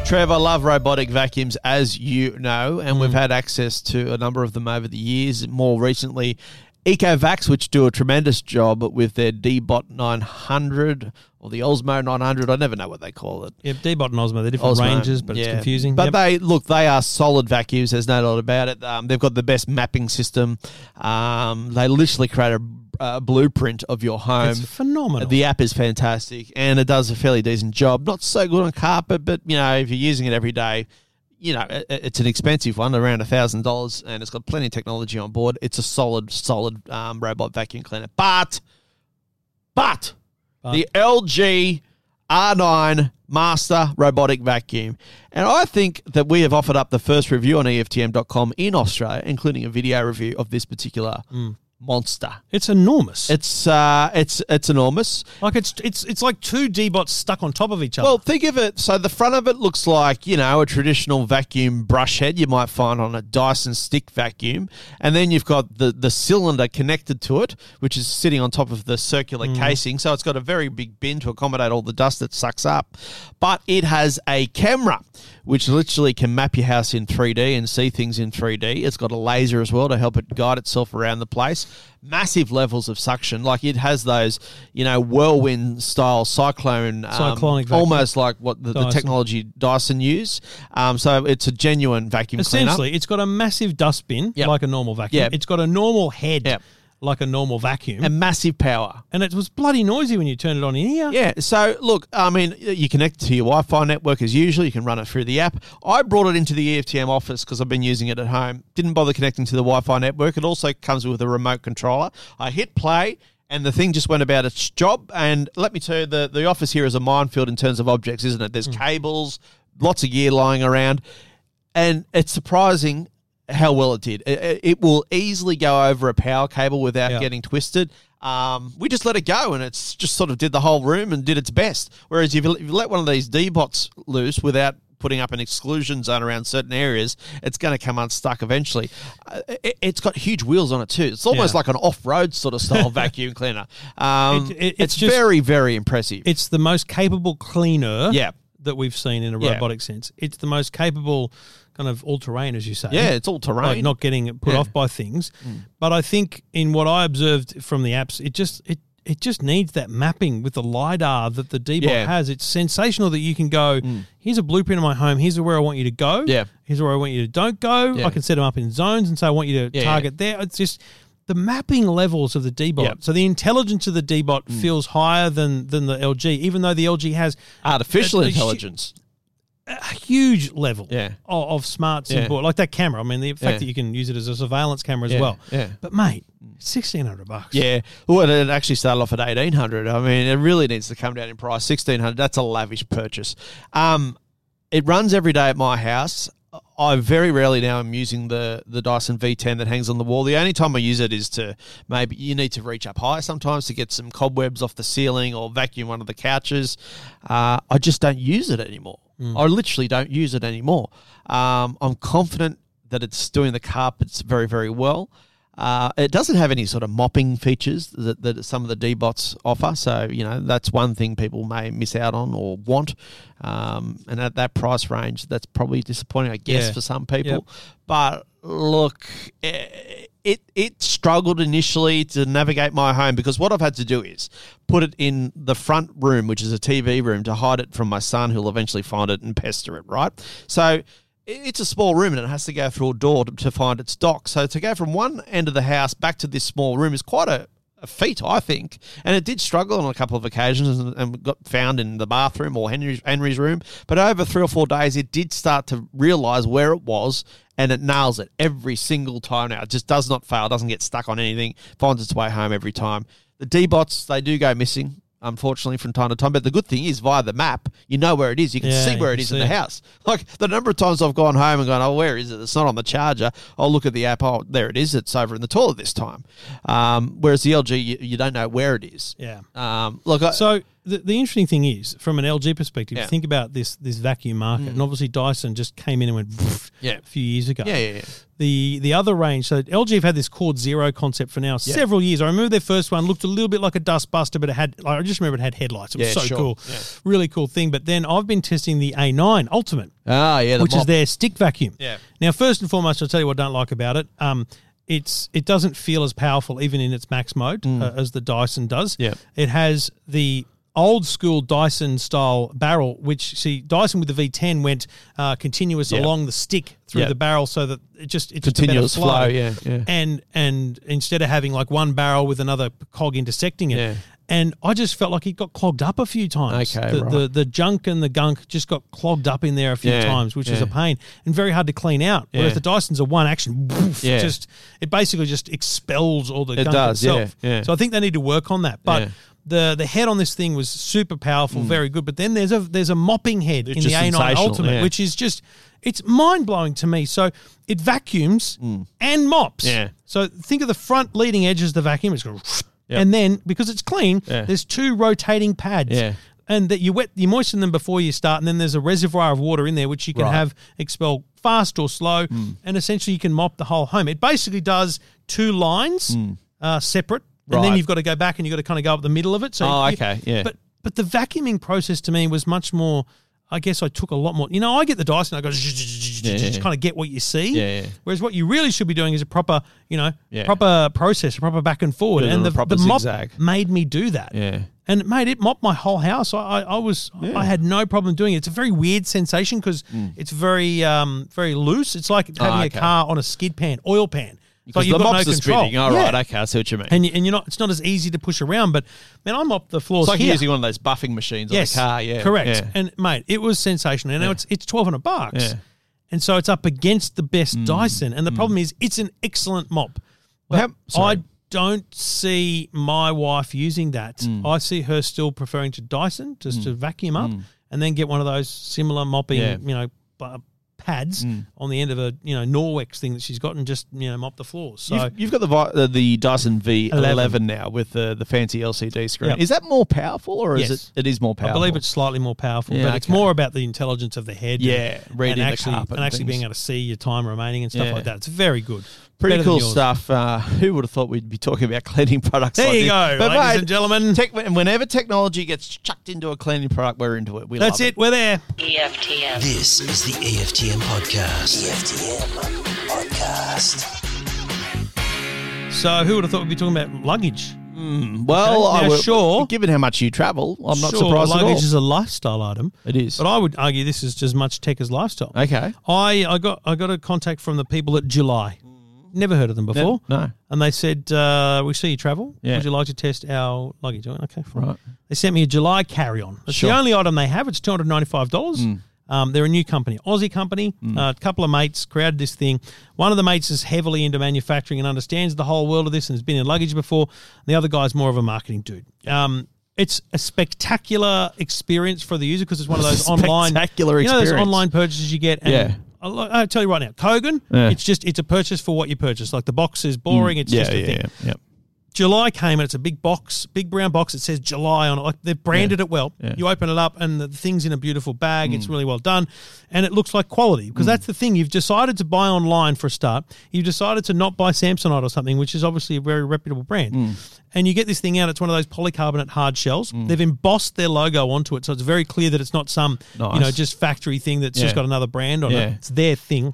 S2: Trevor, love robotic vacuums, as you know, and
S3: Mm.
S2: we've had access to a number of them over the years. More recently, EcoVax, which do a tremendous job with their DBot 900 or the Osmo 900. I never know what they call it.
S3: Yeah, Dbot and Osmo, they're different
S2: Osmo,
S3: ranges, but it's
S2: yeah.
S3: confusing.
S2: But
S3: Yep.
S2: they look, they are solid vacuums. There's no doubt about it. Um, they've got the best mapping system. Um, they literally create a, uh blueprint of your home.
S3: it's phenomenal.
S2: um, The app is fantastic and it does a fairly decent job. Not so good on carpet, but you know, if you're using it every day, you know, it- it's an expensive one, around thousand dollars, and it's got plenty of technology on board. It's a solid, solid um, robot vacuum cleaner. But, but, the LG R9 Master Robotic Vacuum, and I think that we have offered up the first review on E EFTM.com in Australia, including a video review of this particular monster.
S3: it's enormous.
S2: It's uh, it's it's enormous.
S3: like it's it's it's like two Dbots stuck on top of each other.
S2: Well, think of it. So the front of it looks like you know a traditional vacuum brush head you might find on a Dyson stick vacuum, and then you've got the the cylinder connected to it, which is sitting on top of the circular casing. So it's got a very big bin to accommodate all the dust that sucks up, but it has a camera which literally can map your house in 3D and see things in 3D. It's got a laser as well to help it guide itself around the place. Massive levels of suction, like it has those, you know, whirlwind style cyclone, um,
S3: Cyclonic vacuum.
S2: almost like what the, the
S3: Dyson.
S2: technology Dyson use. Um, so it's a genuine vacuum
S3: Essentially, it's got a massive dustbin
S2: Yep.
S3: like a normal vacuum.
S2: Yep.
S3: It's got a normal head
S2: Yep.
S3: like a normal vacuum.
S2: cleaner and massive power.
S3: and it was bloody noisy when you turned it on in here.
S2: Yeah. So look, I mean, you connect it to your Wi-Fi network as usual. You can run it through the app. I brought it into the E EFTM office because I've been using it at home. Didn't bother connecting to the Wi-Fi network. It also comes with a remote controller. I hit play. And the thing just went about its job. And let me tell you, the, the office here is a minefield in terms of objects, isn't it? There's
S3: Hmm.
S2: cables, lots of gear lying around. and it's surprising how well it did. It, it- it will easily go over a power cable without
S3: Yeah.
S2: getting twisted. Um, we just let it go, and it's just sort of did the whole room and did its best. Whereas if you if you let one of these D bots loose without putting up an exclusion zone around certain areas, it's going to come unstuck eventually. Uh, it, it's got huge wheels on it too. It's almost
S3: Yeah.
S2: like an off-road sort of style vacuum cleaner. Um,
S3: It- it-
S2: it's
S3: it's just-
S2: very, very impressive.
S3: It's the most capable cleaner
S2: Yeah.
S3: that we've seen in a
S2: Yeah.
S3: robotic sense. It's the most capable kind of all terrain, as you say.
S2: Yeah, it's all terrain.
S3: Like not getting put
S2: Yeah. Mm.
S3: off by things. But I think in what I observed from the apps, it just it it just needs that mapping with the lidar that the Dbot
S2: Yeah. Mm.
S3: has. It's sensational that you can go. Here's a blueprint of my home. Here's where I want you to go.
S2: Yeah.
S3: Here's where I want you to don't go.
S2: Yeah.
S3: I can set them up in zones and say I want you to
S2: Yeah,
S3: target there. It's just the mapping levels of the Dbot.
S2: Yeah. Mm.
S3: So the intelligence of the Dbot feels higher than than the LG, even though the LG has
S2: artificial
S3: a- a hu-
S2: intelligence.
S3: a huge level
S2: Yeah.
S3: of, of smarts
S2: Yeah.
S3: and board. Like that camera. I mean, the fact
S2: Yeah.
S3: that you can use it as a surveillance camera as
S2: Yeah,
S3: well.
S2: yeah.
S3: But mate, sixteen hundred bucks.
S2: Yeah. Well, it actually started off at eighteen hundred. I mean, it really needs to come down in price. Sixteen hundred. That's a lavish purchase. Um, it runs every day at my house. I very rarely now am using the the Dyson V10 that hangs on the wall. The only time I use it is to maybe you need to reach up high sometimes to get some cobwebs off the ceiling or vacuum one of the couches. Uh, I just don't use it anymore. I literally don't use it anymore. Um, I'm confident that it's doing the carpets very very well. Uh, it doesn't have any sort of mopping features that, that some of the D-Bots offer. So, you know, that's one thing people may miss out on or want. Um, and at that price range, that's probably disappointing, I guess,
S3: Yeah.
S2: for some people. But look, eh, it, it struggled initially to navigate my home because what I've had to do is put it in the front room, which is a TV room, to hide it from my son, who'll eventually find it and pester it, right? So, it's a small room and it has to go through a door to, to find its dock. So to go from one end of the house back to this small room is quite a, a feat, I think. And it did struggle on a couple of occasions and, and got found in the bathroom or Henry's, Henry's room. But over three or four days, it did start to realize where it was and it nails it every single time now. It just does not fail, doesn't get stuck on anything, finds its way home every time. The D bots, they do go missing. Unfortunately, from time to time, but the good thing is via the map, you know where it is. You can
S3: Yeah,
S2: see where
S3: you
S2: it
S3: can
S2: is in
S3: see
S2: the
S3: it.
S2: house house. Like the number of times I've gone home and gone, oh, where is it? It's not on the charger. I'll look at the app. Oh, there it is. It's over in the toilet this time. Um, whereas the LG, you, you don't know where it is.
S3: Yeah.
S2: Um, look, I,
S3: So the, the interesting thing is, from an LG perspective,
S2: Yeah. Mm.
S3: think about this this vacuum market, and obviously Dyson just came in and went "Pff,"
S2: Yeah.
S3: a few years ago.
S2: yeah, yeah, yeah.
S3: The the other range, so LG have had this Cord Zero concept for now several years. I remember their first one looked a little bit like a dustbuster, but it had like, I just remember it had headlights. It was
S2: Yeah,
S3: so
S2: sure.
S3: cool,
S2: Yeah.
S3: really cool thing. But then I've been testing the A9 Ultimate,
S2: Ah, yeah. The
S3: which is
S2: mop.
S3: their stick vacuum.
S2: Yeah.
S3: Now, first and foremost, I'll tell you what I don't like about it. Um, it's it doesn't feel as powerful even in its max mode uh, as the Dyson does.
S2: Mm. Yeah.
S3: It has the old school Dyson style barrel, which see Dyson with the V10 went uh, continuous
S2: Yeah.
S3: along the stick through
S2: Yeah.
S3: the barrel, so that it just it's
S2: Continuous
S3: just a better
S2: flow, yeah, yeah.
S3: And and instead of having like one barrel with another cog intersecting it.
S2: Yeah.
S3: And I just felt like it got clogged up a few times.
S2: Okay,
S3: the,
S2: right.
S3: the the junk and the gunk just got clogged up in there a few
S2: Yeah,
S3: times, which is a
S2: yeah.
S3: pain and very hard to clean out.
S2: Yeah.
S3: Whereas the Dyson's a one action, woof,
S2: Yeah.
S3: just it basically just expels all the
S2: It
S3: gunk
S2: does, yeah,
S3: itself.
S2: yeah.
S3: So I think they need to work on that. But
S2: Yeah. Mm.
S3: the the head on this thing was super powerful, very good. But then there's a there's a mopping head
S2: It's
S3: in the
S2: just
S3: A9
S2: sensational,
S3: Ultimate,
S2: yeah.
S3: which is just it's mind blowing to me. So it vacuums and mops.
S2: Mm. Yeah.
S3: So think of the front leading edge as the vacuum. It's going, and then because it's clean,
S2: Yeah.
S3: there's two rotating pads.
S2: Yeah.
S3: And that you wet, you moisten them before you start, and then there's a reservoir of water in there which you can
S2: Right. Hmm.
S3: have expel fast or slow, and essentially you can mop the whole home. It basically does two lines uh, separate, and then
S2: Hmm. Right.
S3: you've got to go back and you've got to kind of go up the middle of it. So
S2: Oh,
S3: you-
S2: okay, yeah.
S3: But but the vacuuming process to me was much more. I guess I took a lot more. You know, I get the dice and I go, just kind of get what you see.
S2: Yeah, yeah.
S3: Whereas what you really should be doing is a proper, you know,
S2: Yeah.
S3: proper process, a proper back and forward.
S2: Bit of
S3: and
S2: a
S3: the,
S2: proper
S3: the mop
S2: zigzag.
S3: made me do that.
S2: Yeah.
S3: And mate, it mopped my whole house. I, I, I was, I had no problem doing it. It's a very weird sensation because it's very, um, very loose. It's like having
S2: Mm. Ah, okay.
S3: a car on a skid pan, oil pan. It's like
S2: the
S3: you've got
S2: mops
S3: no
S2: are
S3: control.
S2: spinning. All right,
S3: Yeah.
S2: okay, I see what you mean.
S3: And, you, and you're not. It's not as easy to push around. But man, I mopped the floors
S2: it's like
S3: here.
S2: using one of those buffing machines
S3: yes,
S2: on a car. Yeah,
S3: correct.
S2: Yeah.
S3: And mate, it was sensational. And now it's it's twelve hundred bucks,
S2: Yeah. Mm.
S3: and so it's up against the best Dyson. And the problem is, it's an excellent mop.
S2: Well, how-
S3: But
S2: sorry.
S3: I don't see my wife using that.
S2: Mm.
S3: I see her still preferring to Dyson just to vacuum up and then get one of those similar mopping,
S2: Yeah. Mm.
S3: you know, bu- pads on the end of a you know Norwex thing that she's got and just you know mop the floors. So
S2: You've, you've got the Vi- uh, the Dyson V11
S3: 11.
S2: now with the, the fancy LCD screen.
S3: Yeah.
S2: Is that more powerful, or
S3: Yes.
S2: is it? It is more powerful.
S3: I believe it's slightly more powerful,
S2: Yeah,
S3: but it's
S2: okay.
S3: more about the intelligence of the head.
S2: Yeah,
S3: and,
S2: reading
S3: and
S2: the
S3: actually
S2: carpet
S3: and
S2: and
S3: actually
S2: things.
S3: being able to see your time remaining and stuff
S2: Yeah.
S3: like that. It's very good.
S2: Pretty
S3: Better
S2: cool
S3: than yours.
S2: stuff. Uh, who would have thought we'd be talking about cleaning products?
S3: There
S2: like
S3: you
S2: this?
S3: go,
S2: But
S3: ladies
S2: mate,
S3: and gentlemen.
S2: tech- whenever technology gets chucked into a cleaning product, we're into it. We
S3: That's
S2: love
S3: it. We're there.
S7: EFTM.
S5: This is the EFTM podcast. EFTM podcast.
S3: So who would have thought we'd be talking about luggage?
S2: Well,
S3: Okay,
S2: I
S3: now
S2: would,
S3: sure.
S2: Given how much you travel, I'm not
S3: Sure,
S2: surprised at
S3: luggage
S2: all.
S3: is a lifestyle item.
S2: It is.
S3: But I would argue this is as much tech as lifestyle.
S2: okay.
S3: I, I got I got a contact from the people at July. Never heard of them before.
S2: no.
S3: And they said, uh, "We see you travel.
S2: Yeah.
S3: Would you like to test our luggage?" I went, okay, fine.
S2: Right.
S3: They sent me a July carry-on. It's
S2: Sure. Hmm.
S3: the only item they have. It's two hundred ninety-five dollars. Um, they're a new company, Aussie company. Uh, a couple of mates created this thing. One of the mates is heavily into manufacturing and understands the whole world of this and has been in luggage before. The other guy's more of a marketing dude. Um, it's a spectacular experience for the user because it's one of those online
S2: Spectacular
S3: you know those
S2: experience.
S3: online purchases you get. And
S2: Yeah.
S3: I'll, I'll tell you right now, Kogan.
S2: Yeah. Hmm.
S3: It's just it's a purchase for what you purchase. Like the box is boring. It's
S2: Yeah,
S3: just a
S2: yeah,
S3: thing.
S2: yeah, yeah.
S3: July came and it's a big box, big brown box. It says July on it. Like they've branded it well.
S2: yeah. Mm.
S3: You open it up and the thing's in a beautiful bag. It's really well done. And it looks like quality because that's the thing. You've decided to buy online for a start. You've decided to not buy Samsonite or something, which is obviously a very reputable brand.
S2: Mm.
S3: And you get this thing out. It's one of those polycarbonate hard shells. They've embossed their logo onto it. So it's very clear that it's not some, you
S2: Nice.
S3: know, just factory thing that's
S2: Yeah.
S3: just got another brand on
S2: Yeah.
S3: it. It's their thing.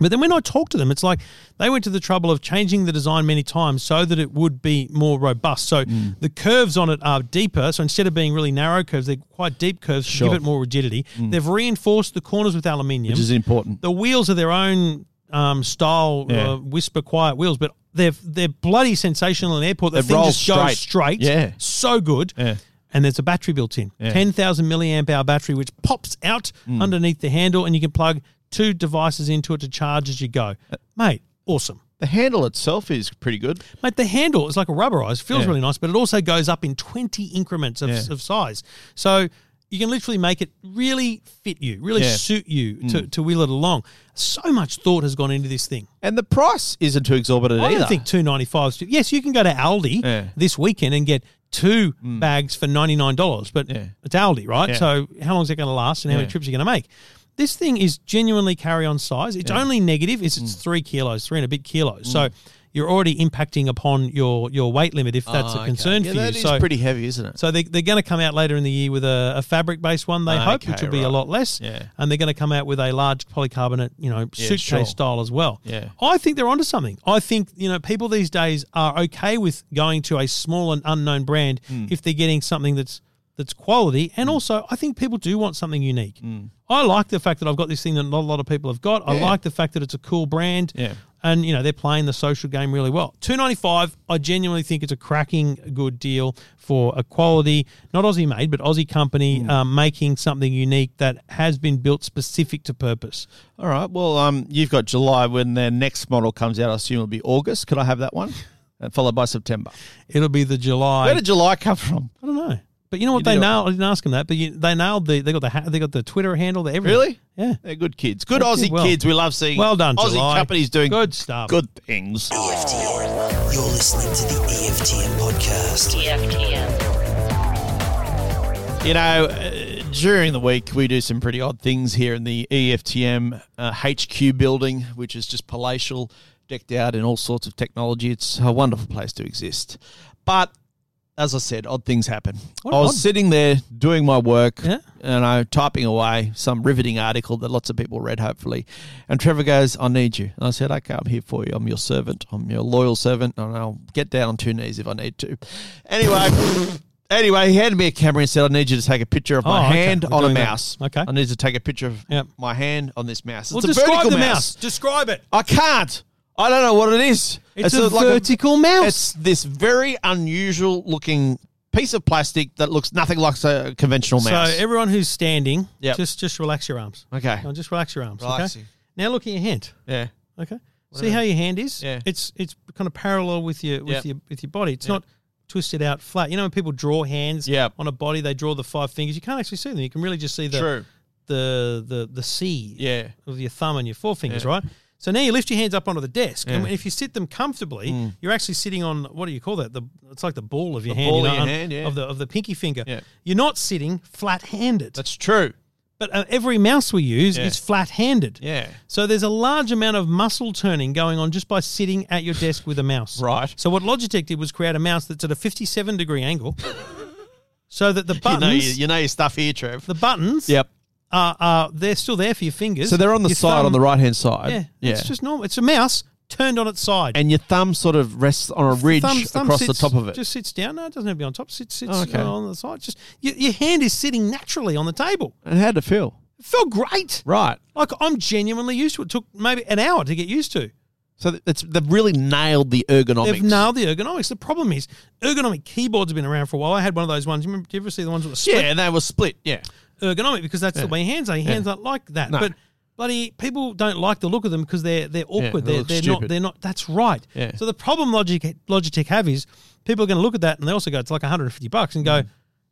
S3: But then when I talk to them, it's like they went to the trouble of changing the design many times so that it would be more robust. So
S2: Hmm.
S3: the curves on it are deeper. So instead of being really narrow curves, they're quite deep curves to
S2: Sure. Hmm.
S3: give it more rigidity. They've reinforced the corners with aluminium.
S2: Which is important.
S3: the wheels are their own um, style,
S2: Um, Yeah.
S3: uh, whisper quiet wheels, but they're they're bloody sensational in the airport. The
S2: They
S3: thing
S2: roll
S3: just goes
S2: straight.
S3: straight.
S2: Yeah.
S3: so good.
S2: Yeah.
S3: And there's a battery built in,
S2: Yeah. Mm.
S3: 10,000 milliamp hour battery, which pops out underneath the handle, and you can plug two devices into it to charge as you go.
S2: Uh,
S3: Mate, awesome.
S2: The handle itself is pretty good.
S3: Mate, the handle is like a rubberized, feels
S2: Yeah.
S3: really nice, but it also goes up in 20 increments of,
S2: Yeah.
S3: of size. So you can literally make it really fit you, really
S2: Yeah. Mm.
S3: suit you to, to wheel it along. So much thought has gone into this thing.
S2: And the price isn't too exorbitant
S3: I
S2: either.
S3: don't think two ninety five. Yes, you can go to Aldi
S2: Yeah. Mm.
S3: this weekend and get two bags for ninety nine dollars, but
S2: Yeah.
S3: it's Aldi, right?
S2: Yeah.
S3: So how long is it going to last, and how
S2: Yeah.
S3: many trips are you going to make? This thing is genuinely carry on size. It's only negative is
S2: Mm.
S3: it's three kilos, three and a bit kilos. So you're already impacting upon your your weight limit if that's
S2: Oh,
S3: a
S2: okay.
S3: concern
S2: yeah,
S3: for
S2: that
S3: you.
S2: is
S3: so
S2: pretty heavy, isn't it?
S3: so they, they're going to come out later in the year with a, a fabric based one, they hope, which
S2: Okay,
S3: will be a
S2: right.
S3: lot less.
S2: Yeah.
S3: And they're going to come out with a large polycarbonate, you know,
S2: Yeah,
S3: suitcase
S2: sure.
S3: style as well.
S2: Yeah.
S3: I think they're onto something. I think, you know, people these days are okay with going to a small and unknown brand
S2: Hmm.
S3: if they're getting something that's that's quality. And also, I think people do want something unique. I like the fact that I've got this thing that not a lot of people have got. I
S2: Hmm. Yeah.
S3: like the fact that it's a cool brand.
S2: Yeah.
S3: And you know they're playing the social game really well. Two ninety five. I genuinely think it's a cracking good deal for a quality, not Aussie made, but Aussie company
S2: Mm.
S3: um, making something unique that has been built specific to purpose.
S2: All right. Well, um, you've got July when their next model comes out. I assume it'll be August. Could I have that one? And followed by September.
S3: It'll be the July.
S2: Where did July come from?
S3: I don't know. But you know what?
S2: You
S3: they
S2: did a-
S3: nailed. I didn't ask them that, but you, they nailed the. They got the. ha- They got the Twitter handle. The everything.
S2: Really?
S3: Yeah.
S2: They're good kids. Good
S3: They did
S2: Aussie
S3: well.
S2: kids. We love seeing
S3: Well done,
S2: Aussie
S3: July.
S2: companies doing
S3: Good stuff.
S2: Good things.
S5: EFTM. You're listening to the EFTM podcast.
S7: EFTM.
S2: You know, uh, during the week, we do some pretty odd things here in the E EFTM uh, HQ building, which is just palatial, decked out in all sorts of technology. It's a wonderful place to exist. But as I said, odd things happen.
S3: What
S2: I was
S3: odd-
S2: sitting there doing my work,
S3: Yeah.
S2: and I typing away some riveting article that lots of people read, hopefully. And Trevor goes, "I need you." And I said, "Okay, I'm here for you. I'm your servant. I'm your loyal servant, and I'll get down on two knees if I need to." Anyway. Anyway, he handed me a camera and said, I need you to take a picture of my
S3: Oh, okay.
S2: hand
S3: We're
S2: on a
S3: doing that.
S2: mouse.
S3: Okay.
S2: I need to take a picture of
S3: Yep.
S2: my hand on this mouse. It's
S3: Well,
S2: a
S3: describe
S2: vertical
S3: the
S2: mouse.
S3: mouse. Describe it.
S2: I can't. I don't know what it is.
S3: It's a vertical
S2: mouse.
S3: mouse.
S2: It's this very unusual looking piece of plastic that looks nothing like a conventional mouse.
S3: So everyone who's standing,
S2: Yep.
S3: just just relax your arms.
S2: okay.
S3: Now just relax your arms.
S2: Relaxing.
S3: Okay. Now look at your hand.
S2: Yeah.
S3: Okay. See how your hand is?
S2: Yeah.
S3: It's it's kind of parallel with your with
S2: Yep.
S3: your with your body. It's
S2: Yep.
S3: not twisted out flat. You know when people draw hands
S2: Yep.
S3: on a body, they draw the five fingers. You can't actually see them. You can really just see the
S2: True.
S3: the the the C
S2: Yeah.
S3: of your thumb and your forefingers,
S2: Yeah.
S3: right? So now you lift your hands up onto the desk, and
S2: Yeah. Mm.
S3: if you sit them comfortably, you're actually sitting on what do you call that? The it's like the ball of your hand,
S2: ball
S3: you
S2: of
S3: know,
S2: your
S3: on-
S2: hand, yeah.
S3: of the of the pinky finger.
S2: Yeah.
S3: You're not sitting flat-handed.
S2: That's true.
S3: But uh, every mouse we use
S2: Yeah.
S3: is flat-handed.
S2: Yeah.
S3: So there's a large amount of muscle turning going on just by sitting at your desk with a mouse.
S2: Right.
S3: So what Logitech did was create a mouse that's at a 57 degree angle, so that the
S2: You know,
S3: buttons,
S2: you, you know your stuff here, Trev.
S3: the buttons,
S2: Yep.
S3: are, are they're still there for your fingers.
S2: So they're on the
S3: Your
S2: side, on
S3: thumb-
S2: the right hand side.
S3: Yeah, It's just normal. It's a mouse turned on its side.
S2: and your thumb sort of rests on a ridge
S3: Thumb- thumb
S2: across
S3: sits-
S2: the top of it.
S3: Just sits down. No, it doesn't have to be on top. Sits, sits
S2: Oh, okay.
S3: uh, on the side. Just your, your hand is sitting naturally on the table.
S2: and how'd it feel?
S3: It felt great.
S2: Right.
S3: Like I'm genuinely used to it. Took maybe an hour to get used to.
S2: So th- it's, they've really nailed the ergonomics.
S3: They've nailed the ergonomics. The problem is ergonomic keyboards have been around for a while. I had one of those ones. You remember, did you ever see the ones with the
S2: Yeah,
S3: split
S2: and they were split. Yeah.
S3: ergonomic? Because that's the way hands are. Your hands aren't like that.
S2: No.
S3: But bloody people don't like the look of them because they're they're awkward.
S2: they
S3: they're
S2: look
S3: they're
S2: stupid.
S3: not they're not. That's right.
S2: Yeah.
S3: So the problem Logitech Logitech have is people are going to look at that and they also go it's like 150 bucks and
S2: Mm.
S3: go.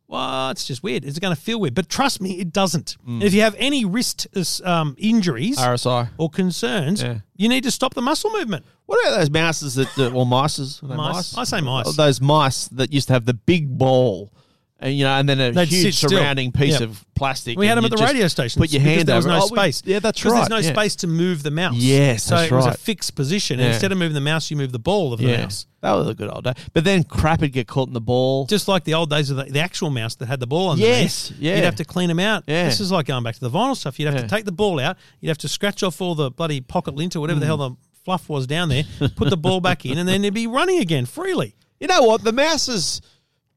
S3: Well, it's just weird. Is it going to feel weird? But trust me, it doesn't.
S2: Mm.
S3: And if you have any wrist um, injuries
S2: RSI.
S3: or concerns,
S2: Yeah.
S3: you need to stop the muscle movement.
S2: What about those mouses that, that or mices? Are they Oh,
S3: Mice. I say mice.
S2: Those mice that used to have the big ball, and you know, and then a
S3: They'd
S2: huge
S3: sit still.
S2: surrounding piece
S3: Yeah.
S2: of plastic.
S3: We had
S2: and
S3: them at
S2: you
S3: the
S2: just
S3: radio station.
S2: Put your hand
S3: there was
S2: over.
S3: no
S2: it. Oh, we-
S3: space.
S2: yeah, that's
S3: 'Cause
S2: right.
S3: There's no
S2: yeah.
S3: space to move the mouse.
S2: Yes,
S3: so
S2: that's
S3: it was a
S2: right.
S3: fixed position.
S2: Yeah.
S3: And instead of moving the mouse, you move the ball of the
S2: Yeah.
S3: mouse.
S2: That was a good old day. But then crap would get caught in the ball.
S3: Just like the old days of the, the actual mouse that had the ball on.
S2: Yes, yeah.
S3: You'd have to clean them out.
S2: Yeah.
S3: This is like going back to the vinyl stuff. You'd have
S2: Yeah.
S3: to take the ball out. You'd have to scratch off all the bloody pocket lint or whatever the
S2: Hmm.
S3: hell the fluff was down there. Put the ball back in, and then it'd be running again freely.
S2: You know what? The mouse has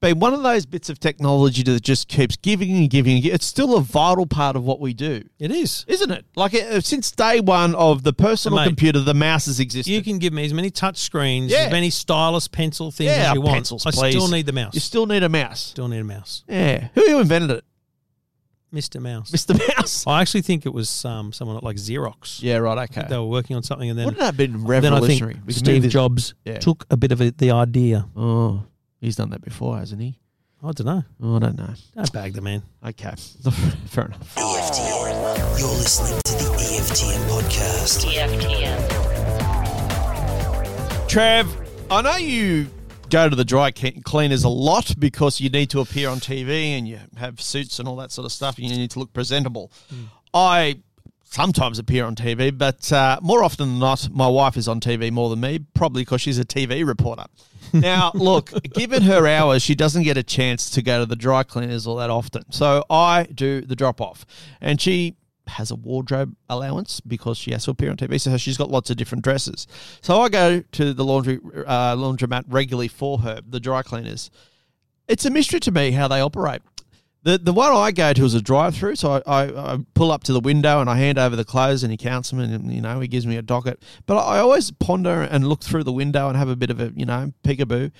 S2: been one of those bits of technology that just keeps giving and giving. and gi- It's still a vital part of what we do,
S3: It is.
S2: isn't it? Like uh, since day one of the personal
S3: Mate,
S2: computer, the mouse has existed.
S3: You can give me as many touch screens,
S2: Yeah.
S3: as many stylus pencil things
S2: yeah,
S3: as you want.
S2: pencils,
S3: I
S2: please.
S3: still need the mouse.
S2: You still need a mouse.
S3: still need a mouse,
S2: Yeah. Who who invented it?
S3: Mister Mouse.
S2: Mr. Mouse.
S3: I actually think it was um, someone at like Xerox.
S2: Yeah, right, okay.
S3: They were working on something, and then
S2: Wouldn't that have been
S3: then I
S2: revolutionary?
S3: think
S2: We can move
S3: Steve
S2: this-
S3: Jobs
S2: Yeah.
S3: took a bit of it, the idea.
S2: Oh, he's done that before, hasn't he?
S3: I don't know.
S2: Oh, I don't know.
S3: Don't bag the man.
S2: Okay. Fair enough.
S5: EFTM. You're listening to the EFTM podcast.
S7: EFTM.
S2: Trav, I know you go to the dry clean- cleaners a lot because you need to appear on TV and you have suits and all that sort of stuff and you need to look presentable.
S3: Hmm.
S2: I sometimes appear on TV, but uh, more often than not, my wife is on TV more than me, probably because she's a TV reporter. Now, look, given her hours, she doesn't get a chance to go to the dry cleaners all that often. So I do the drop off. And she has a wardrobe allowance because she has to appear on TV. So she's got lots of different dresses. So I go to the laundry uh, laundromat regularly for her, the dry cleaners. It's a mystery to me how they operate. The the one I go to is a drive through, so I, I, I pull up to the window and I hand over the clothes and he counts them and you know he gives me a docket. But I always ponder and look through the window and have a bit of a you know peekaboo.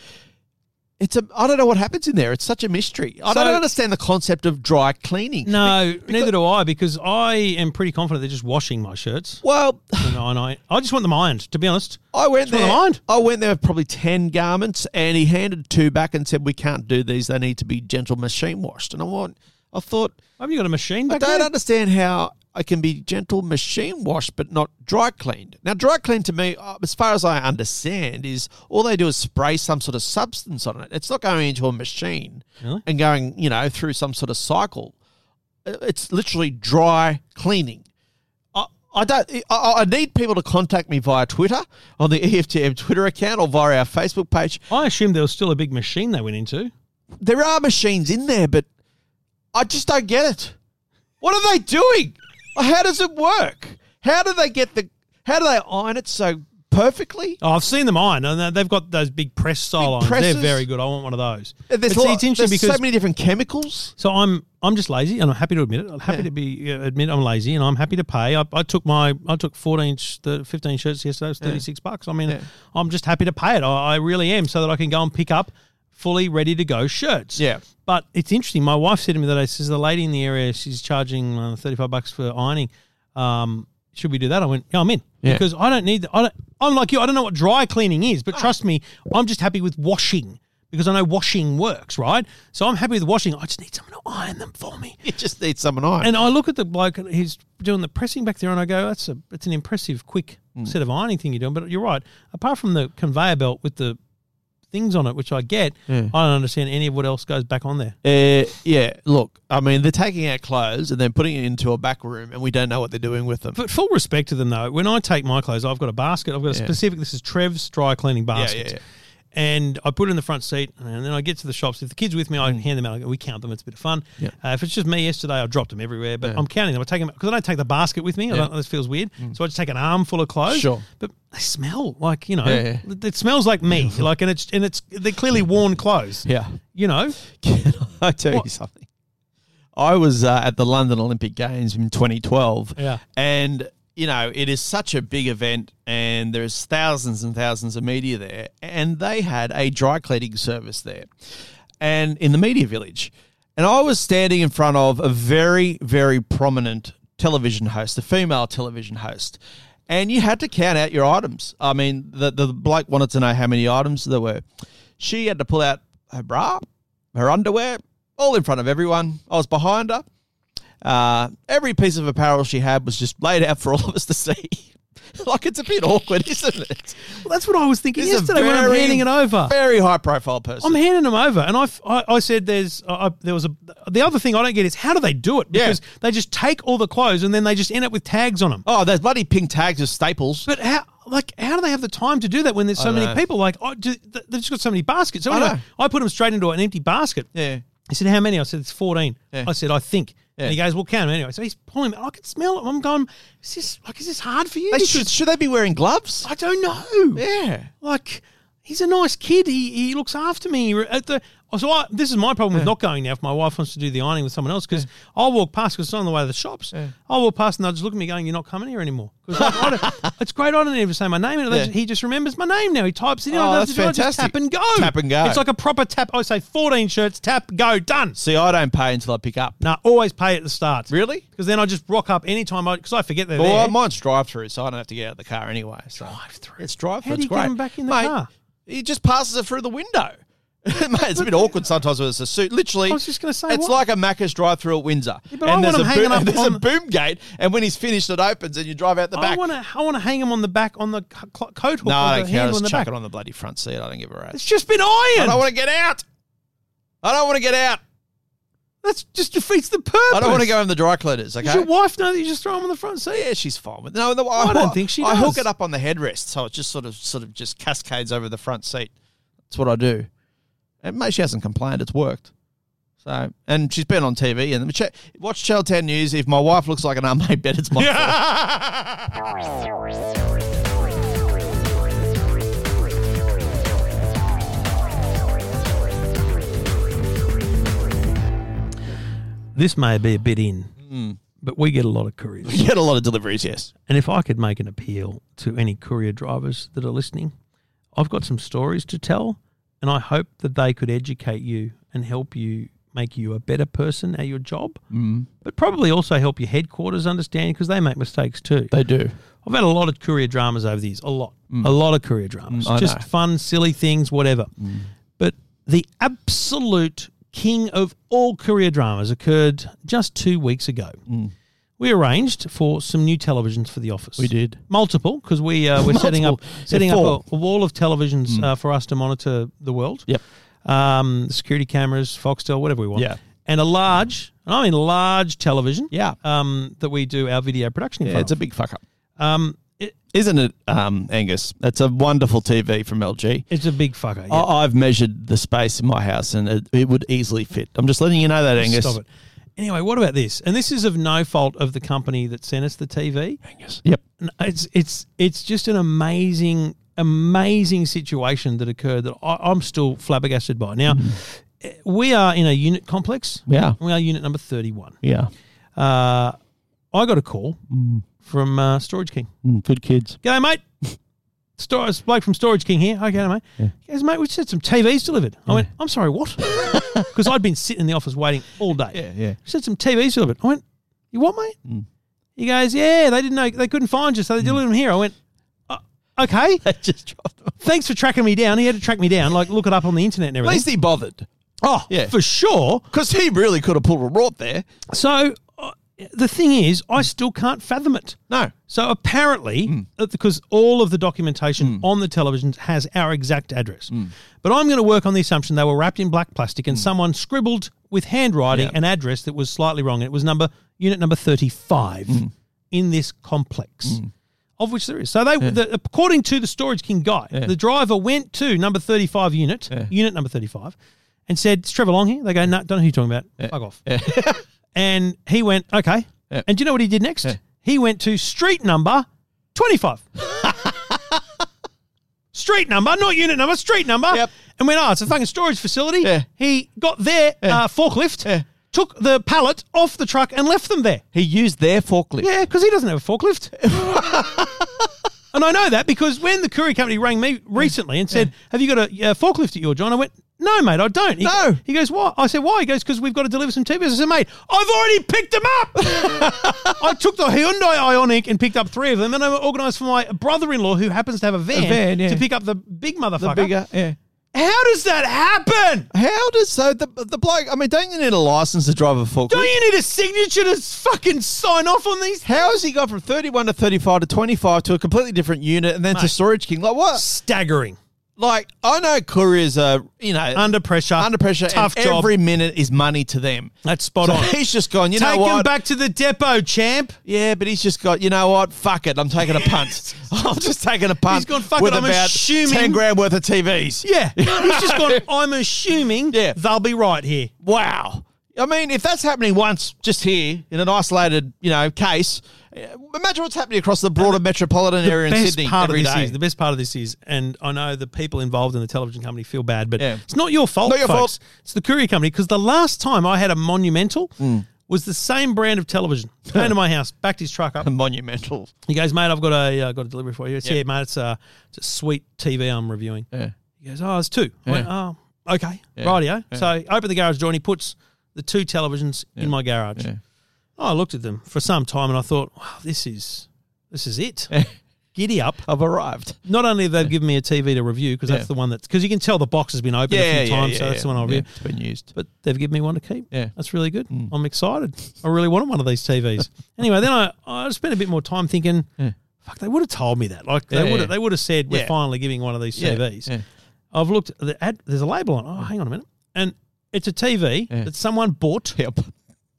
S2: It's a I don't know what happens in there. It's such a mystery. I
S3: So-
S2: don't understand the concept of dry cleaning.
S3: No, neither do I, because I am pretty confident they're just washing my shirts.
S2: Well,
S3: And I, and I, I just want them ironed, to be honest.
S2: I went
S3: Just want
S2: there.
S3: them ironed.
S2: I went there with probably ten garments, and he handed two back and said, "We can't do these. They need to be gentle machine washed." And I want, I thought,
S3: Have you got a machine
S2: I
S3: back
S2: don't
S3: there?
S2: understand how I can be gentle machine washed but not dry cleaned. Now, dry cleaned to me, uh, as far as I understand, is all they do is spray some sort of substance on it. It's not going into a machine
S3: Really?
S2: and going, you know, through some sort of cycle. Uh, It's literally dry cleaning. I I don't. I- I, I need people to contact me via Twitter on the E EFTM Twitter account or via our Facebook page.
S3: I assume there was still a big machine they went into.
S2: There are machines in there, but I just don't get it. What are they doing? How does it work? How do they get the? How do they iron it so perfectly?
S3: Oh, I've seen them iron, and they've got those big press style irons.
S2: presses?
S3: They're very good. I want one of those.
S2: There's,
S3: But
S2: a
S3: see,
S2: lot-
S3: it's interesting
S2: there's
S3: because
S2: so many different chemicals.
S3: So I'm I'm just lazy, and I'm happy to admit it. I'm happy
S2: Yeah.
S3: to be uh, admit I'm lazy, and I'm happy to pay. I, I took my I took 14, sh- the 15 shirts yesterday. It was 36 bucks. I mean,
S2: Yeah.
S3: I'm just happy to pay it. I, I really am, so that I can go and pick up fully ready to go shirts.
S2: Yeah.
S3: But it's interesting. My wife said to me that I says the lady in the area she's charging uh, 35 bucks for ironing. Um, should we do that? I went, yeah, I'm in
S2: Yeah.
S3: because I don't need. I don't. I'm like you. I don't know what dry cleaning is, but trust me, I'm just happy with washing because I know washing works, right? So I'm happy with washing. I just need someone to iron them for me.
S2: You just need someone iron.
S3: And I look at the bloke and he's doing the pressing back there, and I go, "That's a that's an impressive quick set of ironing thing you're doing." But you're right. Apart from the conveyor belt with the things on it, which I get. I don't understand any of what else goes back on there.
S2: Uh, yeah, look, I mean, they're taking our clothes and then putting it into a back room, and we don't know what they're doing with them.
S3: But full respect to them though. When I take my clothes, I've got a basket. I've got a
S2: Yeah.
S3: specific. This is Trev's dry cleaning
S2: yeah,
S3: basket.
S2: yeah.
S3: And I put it in the front seat, and then I get to the shops. If the kids with me, I hand them out. I go, We count them; it's a bit of fun.
S2: Mm. Yeah.
S3: Uh, if it's just me, yesterday I dropped them everywhere, but
S2: Yeah.
S3: I'm counting them. I take them because I don't take the basket with me. I
S2: Yeah. Mm.
S3: don't, this feels weird, so I just take an armful of clothes.
S2: Sure.
S3: but they smell like you know,
S2: Yeah,
S3: it it smells like me. like, and it's and it's they're clearly worn clothes.
S2: Yeah.
S3: you know,
S2: Can I tell you
S3: What?
S2: something? I was uh, at the London Olympic Games in 2012.
S3: Yeah.
S2: And, you know, it is such a big event, and there's thousands and thousands of media there. And they had a dry cleaning service there and in the media village. And I was standing in front of a very, very prominent television host, a female television host. And you had to count out your items. I mean, the, the bloke wanted to know how many items there were. She had to pull out her bra, her underwear, all in front of everyone. I was behind her. Uh, every piece of apparel she had was just laid out for all of us to see. like it's a bit awkward, isn't it?
S3: well, that's what I was thinking
S2: It's a
S3: yesterday when I'm
S2: very,
S3: handing it over.
S2: Very high profile person.
S3: I'm handing them over, and I've, I I said there's I, I- there was a the other thing I don't get is how do they do it
S2: Yeah.
S3: because they just take all the clothes and then they just end up with tags on them.
S2: oh, those bloody pink tags are staples.
S3: But how like how do they have the time to do that when there's so
S2: I
S3: many
S2: know.
S3: people? Like I do, th- they've just got so many baskets. So
S2: I
S3: anyway,
S2: know.
S3: I, put them straight into an empty basket.
S2: yeah.
S3: He said, "How many?" I said, "It's 14.
S2: Yeah.
S3: I said, "I think."
S2: Yeah.
S3: And he goes, "Well, count 'em anyway." So he's pulling. 'em. I can smell it. I'm going. Is this like is this hard for you?
S2: They
S3: Because
S2: should, should they be wearing gloves?
S3: I don't know.
S2: Yeah.
S3: Like, he's a nice kid. He, he looks after me. He re- At the, so I, this is my problem with not going now if my wife wants to do the ironing with someone else because I'll walk past because it's on the way to the shops. I'll walk past and they'll just look at me going, you're not coming here anymore. 'Cause I- I don't- it's great. I don't even say my name. And they
S2: Yeah.
S3: just- he just remembers my name now. He types it in.
S2: Oh,
S3: I don't have
S2: that's
S3: to do it. I just
S2: fantastic.
S3: tap and go.
S2: Tap and go.
S3: It's like a proper tap. I say 14 shirts, tap, go, done.
S2: See, I don't pay until I pick up.
S3: No, always pay at the start.
S2: Really?
S3: Because then I just rock up anytime I, because I forget they're
S2: Well,
S3: there.
S2: mine's drive through, so I don't have to get out of the car anyway. So. Drive
S3: Drive-through.
S2: It's drive through.
S3: How do
S2: It's
S3: you get
S2: great.
S3: them back in the
S2: Mate,
S3: car?
S2: He just passes it through the window. Mate, it's a bit awkward sometimes when it's a suit. Literally,
S3: I was just gonna say,
S2: it's
S3: what-
S2: like a Macca's drive-through at Windsor,
S3: but I want
S2: there's,
S3: them
S2: a
S3: hanging
S2: boom,
S3: up
S2: there's
S3: on-
S2: a boom gate, and when he's finished, it opens, and you drive out the
S3: I
S2: back.
S3: want to. I want to hang him on the back on the co- clo- coat hook.
S2: no,
S3: on
S2: I
S3: the
S2: don't care. I
S3: handle
S2: just
S3: in the
S2: chuck
S3: back.
S2: it on the bloody front seat. I don't give a rat.
S3: It's just been
S2: I
S3: ironed.
S2: don't want to get out. I don't want to get out.
S3: That's just defeats the purpose.
S2: I don't want to go in the dry cleaners. Okay.
S3: Does your wife know that you just throw him on the front seat?
S2: Yeah, she's fine with. No, no
S3: I don't think she
S2: I hook it
S3: does.
S2: up on the headrest, so it just sort of, sort of, just cascades over the front seat. That's what I do. And mate, she hasn't complained. It's worked. So, and she's been on TV and che- watch Channel Ten News. If my wife looks like an unmade bed, it's my fault.
S3: This may be a bit in,
S2: Hmm.
S3: but we get a lot of couriers.
S2: You get a lot of deliveries, yes.
S3: And if I could make an appeal to any courier drivers that are listening, I've got some stories to tell, and I hope that they could educate you and help you make you a better person at your job, mm. but probably also help your headquarters understand because they make mistakes too.
S2: They do.
S3: I've had a lot of courier dramas over the years, a lot, a lot of courier dramas,
S2: Mm, I
S3: just
S2: know. Mm.
S3: fun, silly things, whatever. But the absolute king of all courier dramas occurred just two weeks ago.
S2: Mm.
S3: We arranged for some new televisions for the office. We
S2: did.
S3: multiple because we uh, we're setting up
S2: Multiple.
S3: setting
S2: Yeah, four.
S3: up a, a wall of televisions uh, for us to monitor the world.
S2: Mm. Yep.
S3: Um, security cameras, Foxtel, whatever we want.
S2: Yeah.
S3: And a large, and I mean large television.
S2: Yeah.
S3: Um, that we do our video production. in
S2: Yeah,
S3: front
S2: it's a
S3: of.
S2: big fuck up,
S3: um, it,
S2: isn't it, um, Angus? That's a wonderful TV from LG.
S3: It's a big fucker. Yeah.
S2: I- I've measured the space in my house, and it, it would easily fit. I'm just letting you know that, Angus.
S3: Stop it. Anyway, what about this? And this is of no fault of the company that sent us the TV.
S2: Angus. Yep.
S3: And It's it's it's just an amazing amazing situation that occurred that I, I'm still flabbergasted by. Now,
S2: Mm-hmm.
S3: eh, we are in a unit complex.
S2: Yeah.
S3: We are unit number 31.
S2: Yeah.
S3: Uh, I got a call from uh, Storage King.
S2: Mm, good kids.
S3: G'day, mate. Stor- it's Blake from Storage King here. Okay, mate. He goes, mate, we just had some TVs delivered. I went, I'm sorry, what? Because I'd been sitting in the office waiting all day.
S2: Yeah, yeah. Mm.
S3: Just had some TVs delivered. I went, you what, mate? He goes, yeah, they didn't know, they couldn't find you, so they delivered them here. I went, "Uh, okay,
S2: They just dropped them.
S3: thanks for tracking me down. He had to track me down, like look it up on the internet and
S2: At
S3: everything.
S2: least he bothered.
S3: oh,
S2: yeah.
S3: for sure.
S2: Because he really could have pulled a rort there.
S3: So uh, the thing is, I still can't fathom it.
S2: No.
S3: So apparently, uh, because all of the documentation on the televisions has our exact address, but I'm going to work on the assumption they were wrapped in black plastic and someone scribbled with handwriting an address that was slightly wrong. And it was number unit number 35 in this complex. Of which there is. So they, the, according to the Storage King guy, the driver went to number thirty-five unit, unit number thirty-five, and said, "It's Trevor Long here." They go, "No, don't know who you're talking about. Fuck off." and he went, okay. And do you know what he did next? He went to street number 25. street number, not unit number, street number.
S2: Yep.
S3: And went, oh, it's a fucking storage facility.
S2: Yeah.
S3: He got their uh, forklift,
S2: Yeah.
S3: took the pallet off the truck and left them there.
S2: He used their forklift.
S3: Yeah, because he doesn't have a forklift. and I know that because when the courier company rang me recently and said, "Have you got a uh, forklift at your joint?" I went, "No, mate, I don't." He,
S2: No.
S3: He goes, "Why?" I said, "Why?" He goes, "Because we've got to deliver some TVs." I said, "Mate, I've already picked them up. I took the Hyundai Ionic and picked up three of them, and I organised for my brother-in-law who happens to have a van,
S2: van, yeah.
S3: to pick up the big motherfucker."
S2: Bigger. Yeah.
S3: How does that happen?
S2: How does so the the bloke? I mean, don't you need a license to drive a forklift?
S3: Don't you need a signature to fucking sign off on these?
S2: How has he gone from thirty-one to thirty-five to twenty-five to a completely different unit and then to
S3: Mate.
S2: Storage King? Like what?
S3: Staggering.
S2: Like I know couriers are you know
S3: Under pressure.
S2: under pressure.
S3: Tough
S2: and
S3: job.
S2: Every minute is money to them.
S3: That's spot
S2: So
S3: on.
S2: he's just gone. You
S3: Take
S2: know
S3: him
S2: what?
S3: back to the depot, champ.
S2: Yeah, but he's just got, you know what? Fuck it. I'm taking a punt. I'm just taking a punt.
S3: He's gone, fuck
S2: with
S3: it, I'm
S2: about
S3: assuming-
S2: 10 grand worth of TVs.
S3: Yeah. He's just gone, I'm assuming
S2: Yeah.
S3: they'll be right here.
S2: Wow. I mean, if that's happening once just here in an isolated, you know, case, eh, imagine what's happening across the broader metropolitan area in Sydney
S3: part
S2: every
S3: of this
S2: day.
S3: is the best part of this is, and I know the people involved in the television company feel bad, but
S2: Yeah.
S3: it's not your fault.
S2: Not your
S3: folks. It's the courier company because the last time I had a monumental
S2: Hmm.
S3: was the same brand of television. Came to my house, backed his truck up.
S2: Monumental.
S3: He goes, mate, I've got a uh, got a delivery for you. It's, Yeah, mate, it's a, it's a sweet TV I'm reviewing.
S2: Yeah.
S3: He goes, oh, it's two. I went, oh, okay, rightio. So I open the garage door and he puts the two televisions in my garage. I looked at them for some time and I thought, wow, this is this is it. Giddy up.
S2: I've arrived.
S3: Not only have they given me a TV to review because that's
S2: Yeah.
S3: the one that's because you can tell the box has been opened a few times, so that's the one I'll review.
S2: It's been used.
S3: But they've given me one to keep.
S2: Yeah. Mm.
S3: That's really good. I'm excited. I really wanted one of these TVs. anyway, then I, I spent a bit more time thinking, fuck, they would have told me that. Like they
S2: Yeah,
S3: would
S2: yeah.
S3: have they would have said we're
S2: Yeah.
S3: finally giving one of these
S2: Yeah,
S3: TVs.
S2: yeah.
S3: I've looked at the ad there's a label on. it. Oh, hang on a minute. And it's a TV that someone bought
S2: Yep.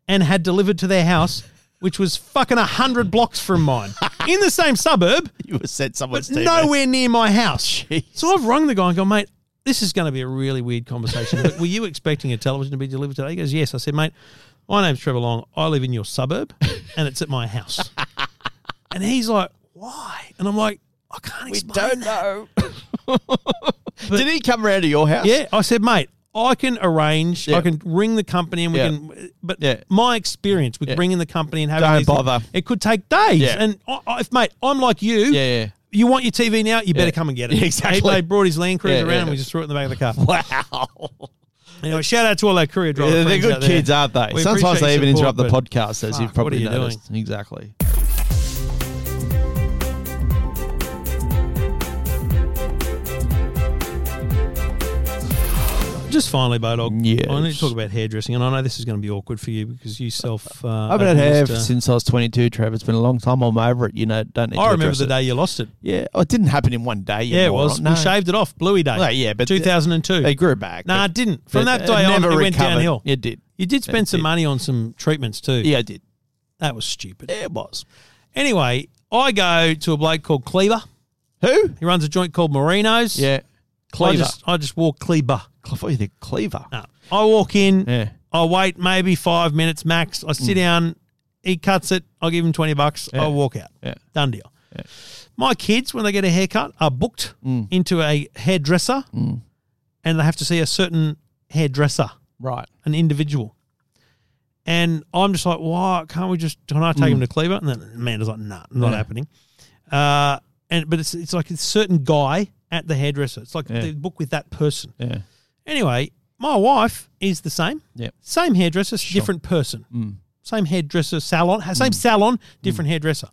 S3: and had delivered to their house, which was fucking hundred blocks from mine. in the same suburb
S2: You were sent someone's
S3: but
S2: TV.
S3: nowhere near my house.
S2: Jeez.
S3: So I've rung the guy and gone, mate, this is going to be a really weird conversation. but were you expecting a television to be delivered today? He goes, yes. I said, mate, my name's Trevor Long. I live in your suburb and it's at my house. and he's like, why? And I'm like, I can't
S2: We
S3: explain
S2: don't
S3: that."
S2: know. Did he come round to your house?
S3: Yeah, I said, mate, I can arrange.
S2: Yeah.
S3: I can ring the company, and we
S2: Yeah.
S3: can. But
S2: Yeah.
S3: my experience with
S2: Yeah.
S3: ringing the company and having
S2: Don't
S3: these things,
S2: bother.
S3: it could take days.
S2: Yeah.
S3: And I, I, if mate, I'm like you.
S2: Yeah, yeah.
S3: You want your TV now? You better
S2: Yeah.
S3: come and get it.
S2: Yeah, exactly.
S3: They, they brought his Land Cruiser
S2: Yeah,
S3: around,
S2: yeah.
S3: and we just threw it in the back of the car.
S2: Wow.
S3: Anyway, shout out to all our courier drivers.
S2: Yeah, they're good kids, aren't they? Sometimes they even interrupt the podcast, as you've probably
S3: what are you
S2: noticed. Exactly.
S3: Doing? Just finally, Bodog.
S2: Yes.
S3: I need to talk about hairdressing, and I know this is going to be awkward for you because you self. Uh,
S2: I've been at hair
S3: just, uh,
S2: since I was 22, Trevor. It's been a long time. I'm over it. You know, don't need to
S3: I remember
S2: address
S3: the
S2: it.
S3: day you lost it.
S2: Yeah, oh, it didn't happen in one day. you
S3: Yeah, it
S2: moron.
S3: was.
S2: No.
S3: We shaved it off. Bluey Day.
S2: No, yeah, but
S3: 2002.
S2: They grew it back.
S3: Nah,
S2: but
S3: it didn't. From that day on,
S2: never
S3: it went
S2: recovered.
S3: downhill.
S2: It did.
S3: You did spend
S2: It
S3: some
S2: did.
S3: money on some treatments too.
S2: Yeah, it did.
S3: That was stupid.
S2: It was.
S3: Anyway, I go to a bloke called Cleaver.
S2: Who?
S3: He runs a joint called Marino's.
S2: Yeah,
S3: I
S2: Cleaver.
S3: just, I just walk Cleaver.
S2: I thought you said Cleaver.
S3: No. I walk in.
S2: Yeah. Mm.
S3: I wait maybe five minutes max. I sit down. He cuts it. I give him 20 bucks. I walk out.
S2: Yeah. Mm.
S3: Done deal. My kids, when they get a haircut, are booked into a hairdresser and they have to see a certain hairdresser,
S2: Right.
S3: an individual. And I'm just like, why can't we just, can I take
S2: Hmm.
S3: him to Cleaver? And then Amanda's like, nah, not happening. Uh, and But it's, it's like a certain guy at the hairdresser. It's like they book with that person.
S2: Yeah.
S3: Anyway, my wife is the same.
S2: Yep. Hmm.
S3: Same hairdresser, different person. Same hairdresser salon, ha- same salon, different hairdresser.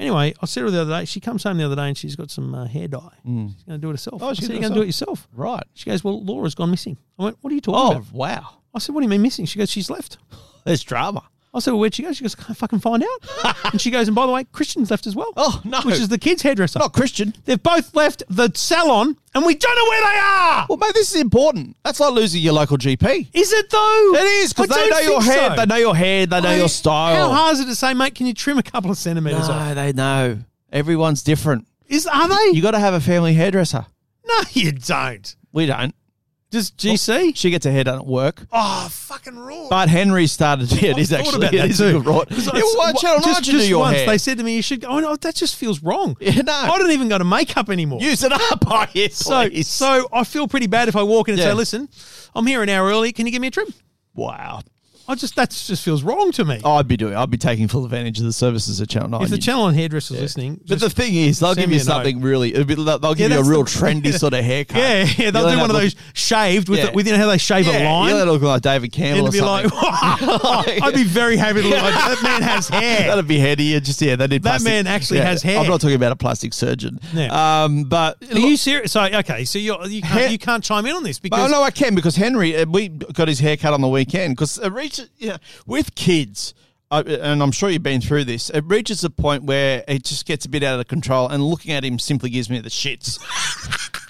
S3: Anyway, I said to her the other day. She comes home the other day and she's got some uh, hair dye. She's going to do it herself.
S2: Oh,
S3: I
S2: she's
S3: said,
S2: doing
S3: "You're going to do it yourself."
S2: Right.
S3: She goes, "Well, Laura's gone missing." I went, "What are you talking
S2: Oh
S3: about?"
S2: wow,
S3: I said, "What do you mean missing?" She goes, "She's left."
S2: there's drama.
S3: I said, well, where'd she go? She goes, can't fucking find out. and she goes, and by the way, Christian's left as well.
S2: Oh, no.
S3: Which is the kid's hairdresser.
S2: Not Oh, Christian.
S3: They've both left the salon and we don't know where they are.
S2: Well, mate, this is important. That's like losing your local GP.
S3: Is it though?
S2: It is because
S3: I
S2: they
S3: don't
S2: know your
S3: think
S2: hair.
S3: so.
S2: They know your hair. They know
S3: I-
S2: your style.
S3: How hard is it to say, mate, can you trim a couple of centimetres off?
S2: no, they know. Everyone's different.
S3: Is, are they?
S2: You got to have a family hairdresser.
S3: no, you don't.
S2: We don't. Oh,
S3: Just GC?
S2: She gets her hair done at work.
S3: Oh, fucking raw.
S2: But Henry started it. It is
S3: Thought
S2: actually
S3: about
S2: it
S3: that
S2: is
S3: too.
S2: a good rot. It
S3: Because I-
S2: was Channel
S3: just,
S2: Nine to do
S3: just
S2: your
S3: once
S2: hair.
S3: they said to me, "You should go." Oh, no, that just feels wrong.
S2: Yeah, no.
S3: I don't even go to makeup anymore.
S2: Use it up, I hear.
S3: so,
S2: please.
S3: so I feel pretty bad if I walk in and
S2: Yeah.
S3: say, "Listen, I'm here an hour early. Can you give me a trim?"
S2: wow.
S3: I just that just feels wrong to me.
S2: I'd be doing. I'd be taking full advantage of the services at Channel Nine.
S3: if the
S2: Oh, You-
S3: channel on hairdresser's listening,
S2: but
S3: just-
S2: the thing is, they'll
S3: send
S2: give
S3: me
S2: you
S3: a note.
S2: something really. it'll be- They'll give you a
S3: that's
S2: real
S3: the-
S2: trendy sort of haircut.
S3: yeah, yeah,
S2: You'll
S3: they'll do
S2: end
S3: one of
S2: up
S3: those shaved with
S2: Yeah.
S3: the, with you know how they shave
S2: looking-
S3: a
S2: yeah,
S3: line.
S2: You'll end up looking like David
S3: and
S2: Campbell
S3: to
S2: or
S3: be like,
S2: something.
S3: I'd be very happy to look like that man has hair.
S2: That'd be heady. Just yeah, they did.
S3: That
S2: plastic-
S3: man actually
S2: yeah,
S3: has hair.
S2: I'm not talking about a plastic surgeon.
S3: Yeah.
S2: Um, but
S3: Are you serious? So okay, so you're, you
S2: Hair-
S3: can't, you can't chime in on this
S2: But
S3: because
S2: no, I can because Henry, uh, we got his hair cut on the weekend because it reaches, yeah, with kids, I, and I'm sure you've been through this, it reaches a point where it just gets a bit out of control and looking at him simply gives me the shits.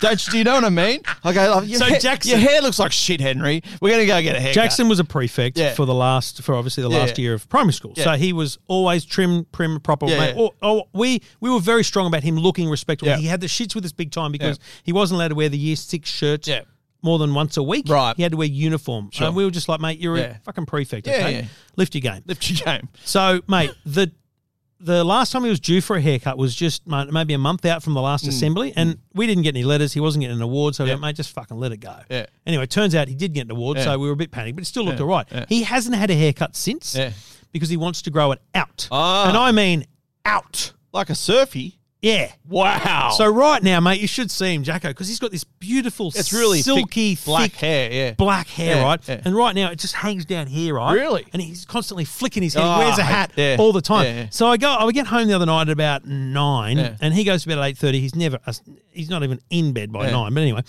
S2: Don't you, do you know what I mean? I go, like, your,
S3: So
S2: hair,
S3: Jackson-
S2: your hair looks like shit, Henry. We're going to go get a haircut.
S3: Jackson was a prefect
S2: Yeah.
S3: for the last, for obviously the
S2: Yeah,
S3: last
S2: yeah.
S3: year of primary school.
S2: Yeah.
S3: So he was always trim, prim, proper.
S2: Yeah,
S3: mate.
S2: yeah.
S3: Oh, oh, we we were very strong about him looking respectable.
S2: Yeah.
S3: He had the shits with us big time because he wasn't allowed to wear the year six shirt
S2: Yeah.
S3: more than once a week.
S2: Right.
S3: He had to wear uniform. And we were just like, mate, you're
S2: Yeah.
S3: a fucking prefect.
S2: Yeah,
S3: okay?
S2: yeah.
S3: Lift your game.
S2: Lift your game.
S3: So, mate, the the last time he was due for a haircut was just mate, maybe a month out from the last assembly, and we didn't get any letters. He wasn't getting an award, so
S2: Mm.
S3: we
S2: Yeah.
S3: went, mate, just fucking let it go.
S2: Yeah.
S3: Anyway, turns out he did get an award,
S2: Yeah.
S3: so we were a bit panicked, but it still looked
S2: Yeah.
S3: all right.
S2: Yeah.
S3: He hasn't had a haircut since
S2: Yeah.
S3: because he wants to grow it out,
S2: Ah.
S3: and I mean out.
S2: Like a surfy.
S3: Yeah.
S2: Wow.
S3: So right now, mate, you should see him, Jacko, because he's got this beautiful,
S2: it's really
S3: silky,
S2: thick, black
S3: thick
S2: hair. Yeah.
S3: black hair,
S2: Yeah,
S3: right?
S2: yeah.
S3: And right now it just hangs down here, right?
S2: Really?
S3: And he's constantly flicking his head.
S2: Oh,
S3: he wears a hat
S2: yeah,
S3: all the time.
S2: yeah, yeah.
S3: So I go, I would get home the other night at about nine,
S2: Yeah.
S3: and he goes to bed at eight thirty. He's never, uh, he's not even in bed by
S2: Yeah.
S3: nine. But anyway,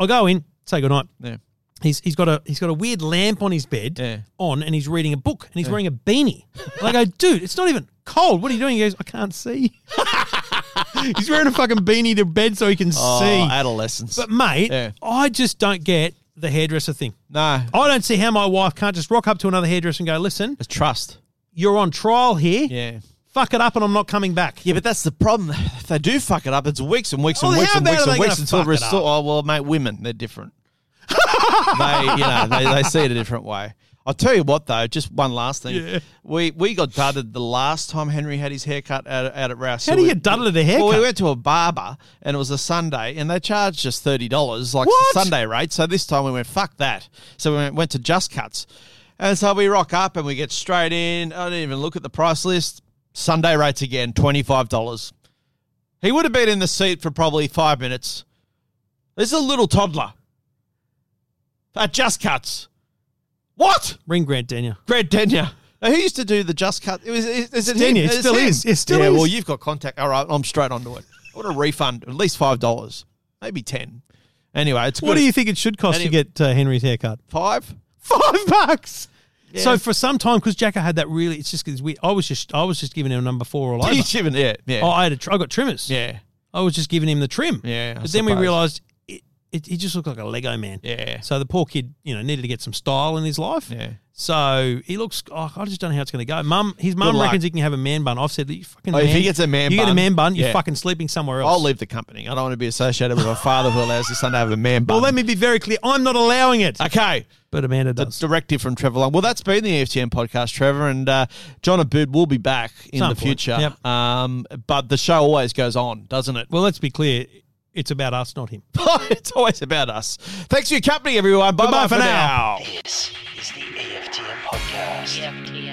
S3: I go in, say good night.
S2: Yeah.
S3: He's, he's got a he's got a weird lamp on his bed
S2: Yeah.
S3: on and he's reading a book and he's wearing a beanie. And I go, dude, it's not even cold. What are you doing? He goes, I can't see. he's wearing a fucking beanie to bed so he can
S2: Oh,
S3: see.
S2: adolescence.
S3: But mate,
S2: Yeah.
S3: I just don't get the hairdresser thing.
S2: no,
S3: I don't see how my wife can't just rock up to another hairdresser and go, "Listen,
S2: it's trust.
S3: you're on trial here.
S2: Yeah.
S3: Fuck it up, and I'm not coming back."
S2: Yeah, but that's the problem. If they do fuck it up, it's weeks and weeks and
S3: Well,
S2: weeks
S3: Oh, how
S2: and
S3: bad
S2: weeks
S3: are
S2: and
S3: they
S2: weeks
S3: gonna
S2: until
S3: fuck it
S2: restore. Oh well, mate, women they're different. they, you know, they, they see it a different way. I'll tell you what though, just one last thing.
S3: Yeah.
S2: We we got dudded the last time Henry had his haircut out, out at Rouse.
S3: How do you get dudded at a haircut?
S2: Well, we went to a barber and it was a Sunday and they charged us thirty dollars, like
S3: What?
S2: the Sunday rate. So this time we went fuck that. So we went, went to Just Cuts, and so we rock up and we get straight in. I didn't even look at the price list. Sunday rates again, twenty five dollars. He would have been in the seat for probably five minutes. This is a little toddler. That just cuts. What?
S3: Ring Grant Daniel.
S2: Greg Denyer. Now, who used to do the just cut? It was, is, is it him?
S3: Denyer, it
S2: It's
S3: still
S2: him.
S3: is. It still
S2: yeah,
S3: is.
S2: well, you've got contact. All right, I'm straight onto it. I want a refund, at least $5, maybe 10 Anyway, it's
S3: What
S2: good.
S3: do you think it should cost
S2: And
S3: to
S2: it-
S3: get uh, Henry's haircut?
S2: Five?
S3: Five bucks. So for some time, because Jacko had that really, it's just because we, I was just, I was just giving him a number four all over.
S2: He's given- yeah, yeah.
S3: Oh, I had a, tr- I got trimmers.
S2: yeah.
S3: I was just giving him the trim.
S2: Yeah, I
S3: But then we
S2: suppose.
S3: realised it, it, he just looked like a Lego man.
S2: Yeah.
S3: So the poor kid, you know, needed to get some style in his life.
S2: Yeah.
S3: So he looks. Oh, I just don't know how it's going to go. Mum, his mum
S2: Good luck.
S3: reckons he can have a man bun. I've said that you fucking.
S2: Oh, if
S3: man-
S2: he gets a man
S3: you get a
S2: bun,
S3: man bun. You're
S2: yeah.
S3: fucking sleeping somewhere else.
S2: I'll leave the company. I don't want to be associated with a father who allows his son to have a man bun.
S3: Well, let me be very clear. I'm not allowing it.
S2: okay.
S3: But Amanda
S2: the
S3: does.
S2: directive from Trevor Long. Well, that's been the E EFTM podcast, Trevor, and uh, John Abood will be back in
S3: Some
S2: the
S3: point,
S2: future.
S3: yep.
S2: Um, but the show always goes on, doesn't it?
S3: well, let's be clear. It's about us, not him.
S2: it's always about us. Thanks for your company, everyone. Bye bye
S3: Goodbye
S2: for
S3: for
S2: now.
S3: now.
S4: This is the AFTM podcast.
S7: EFTM.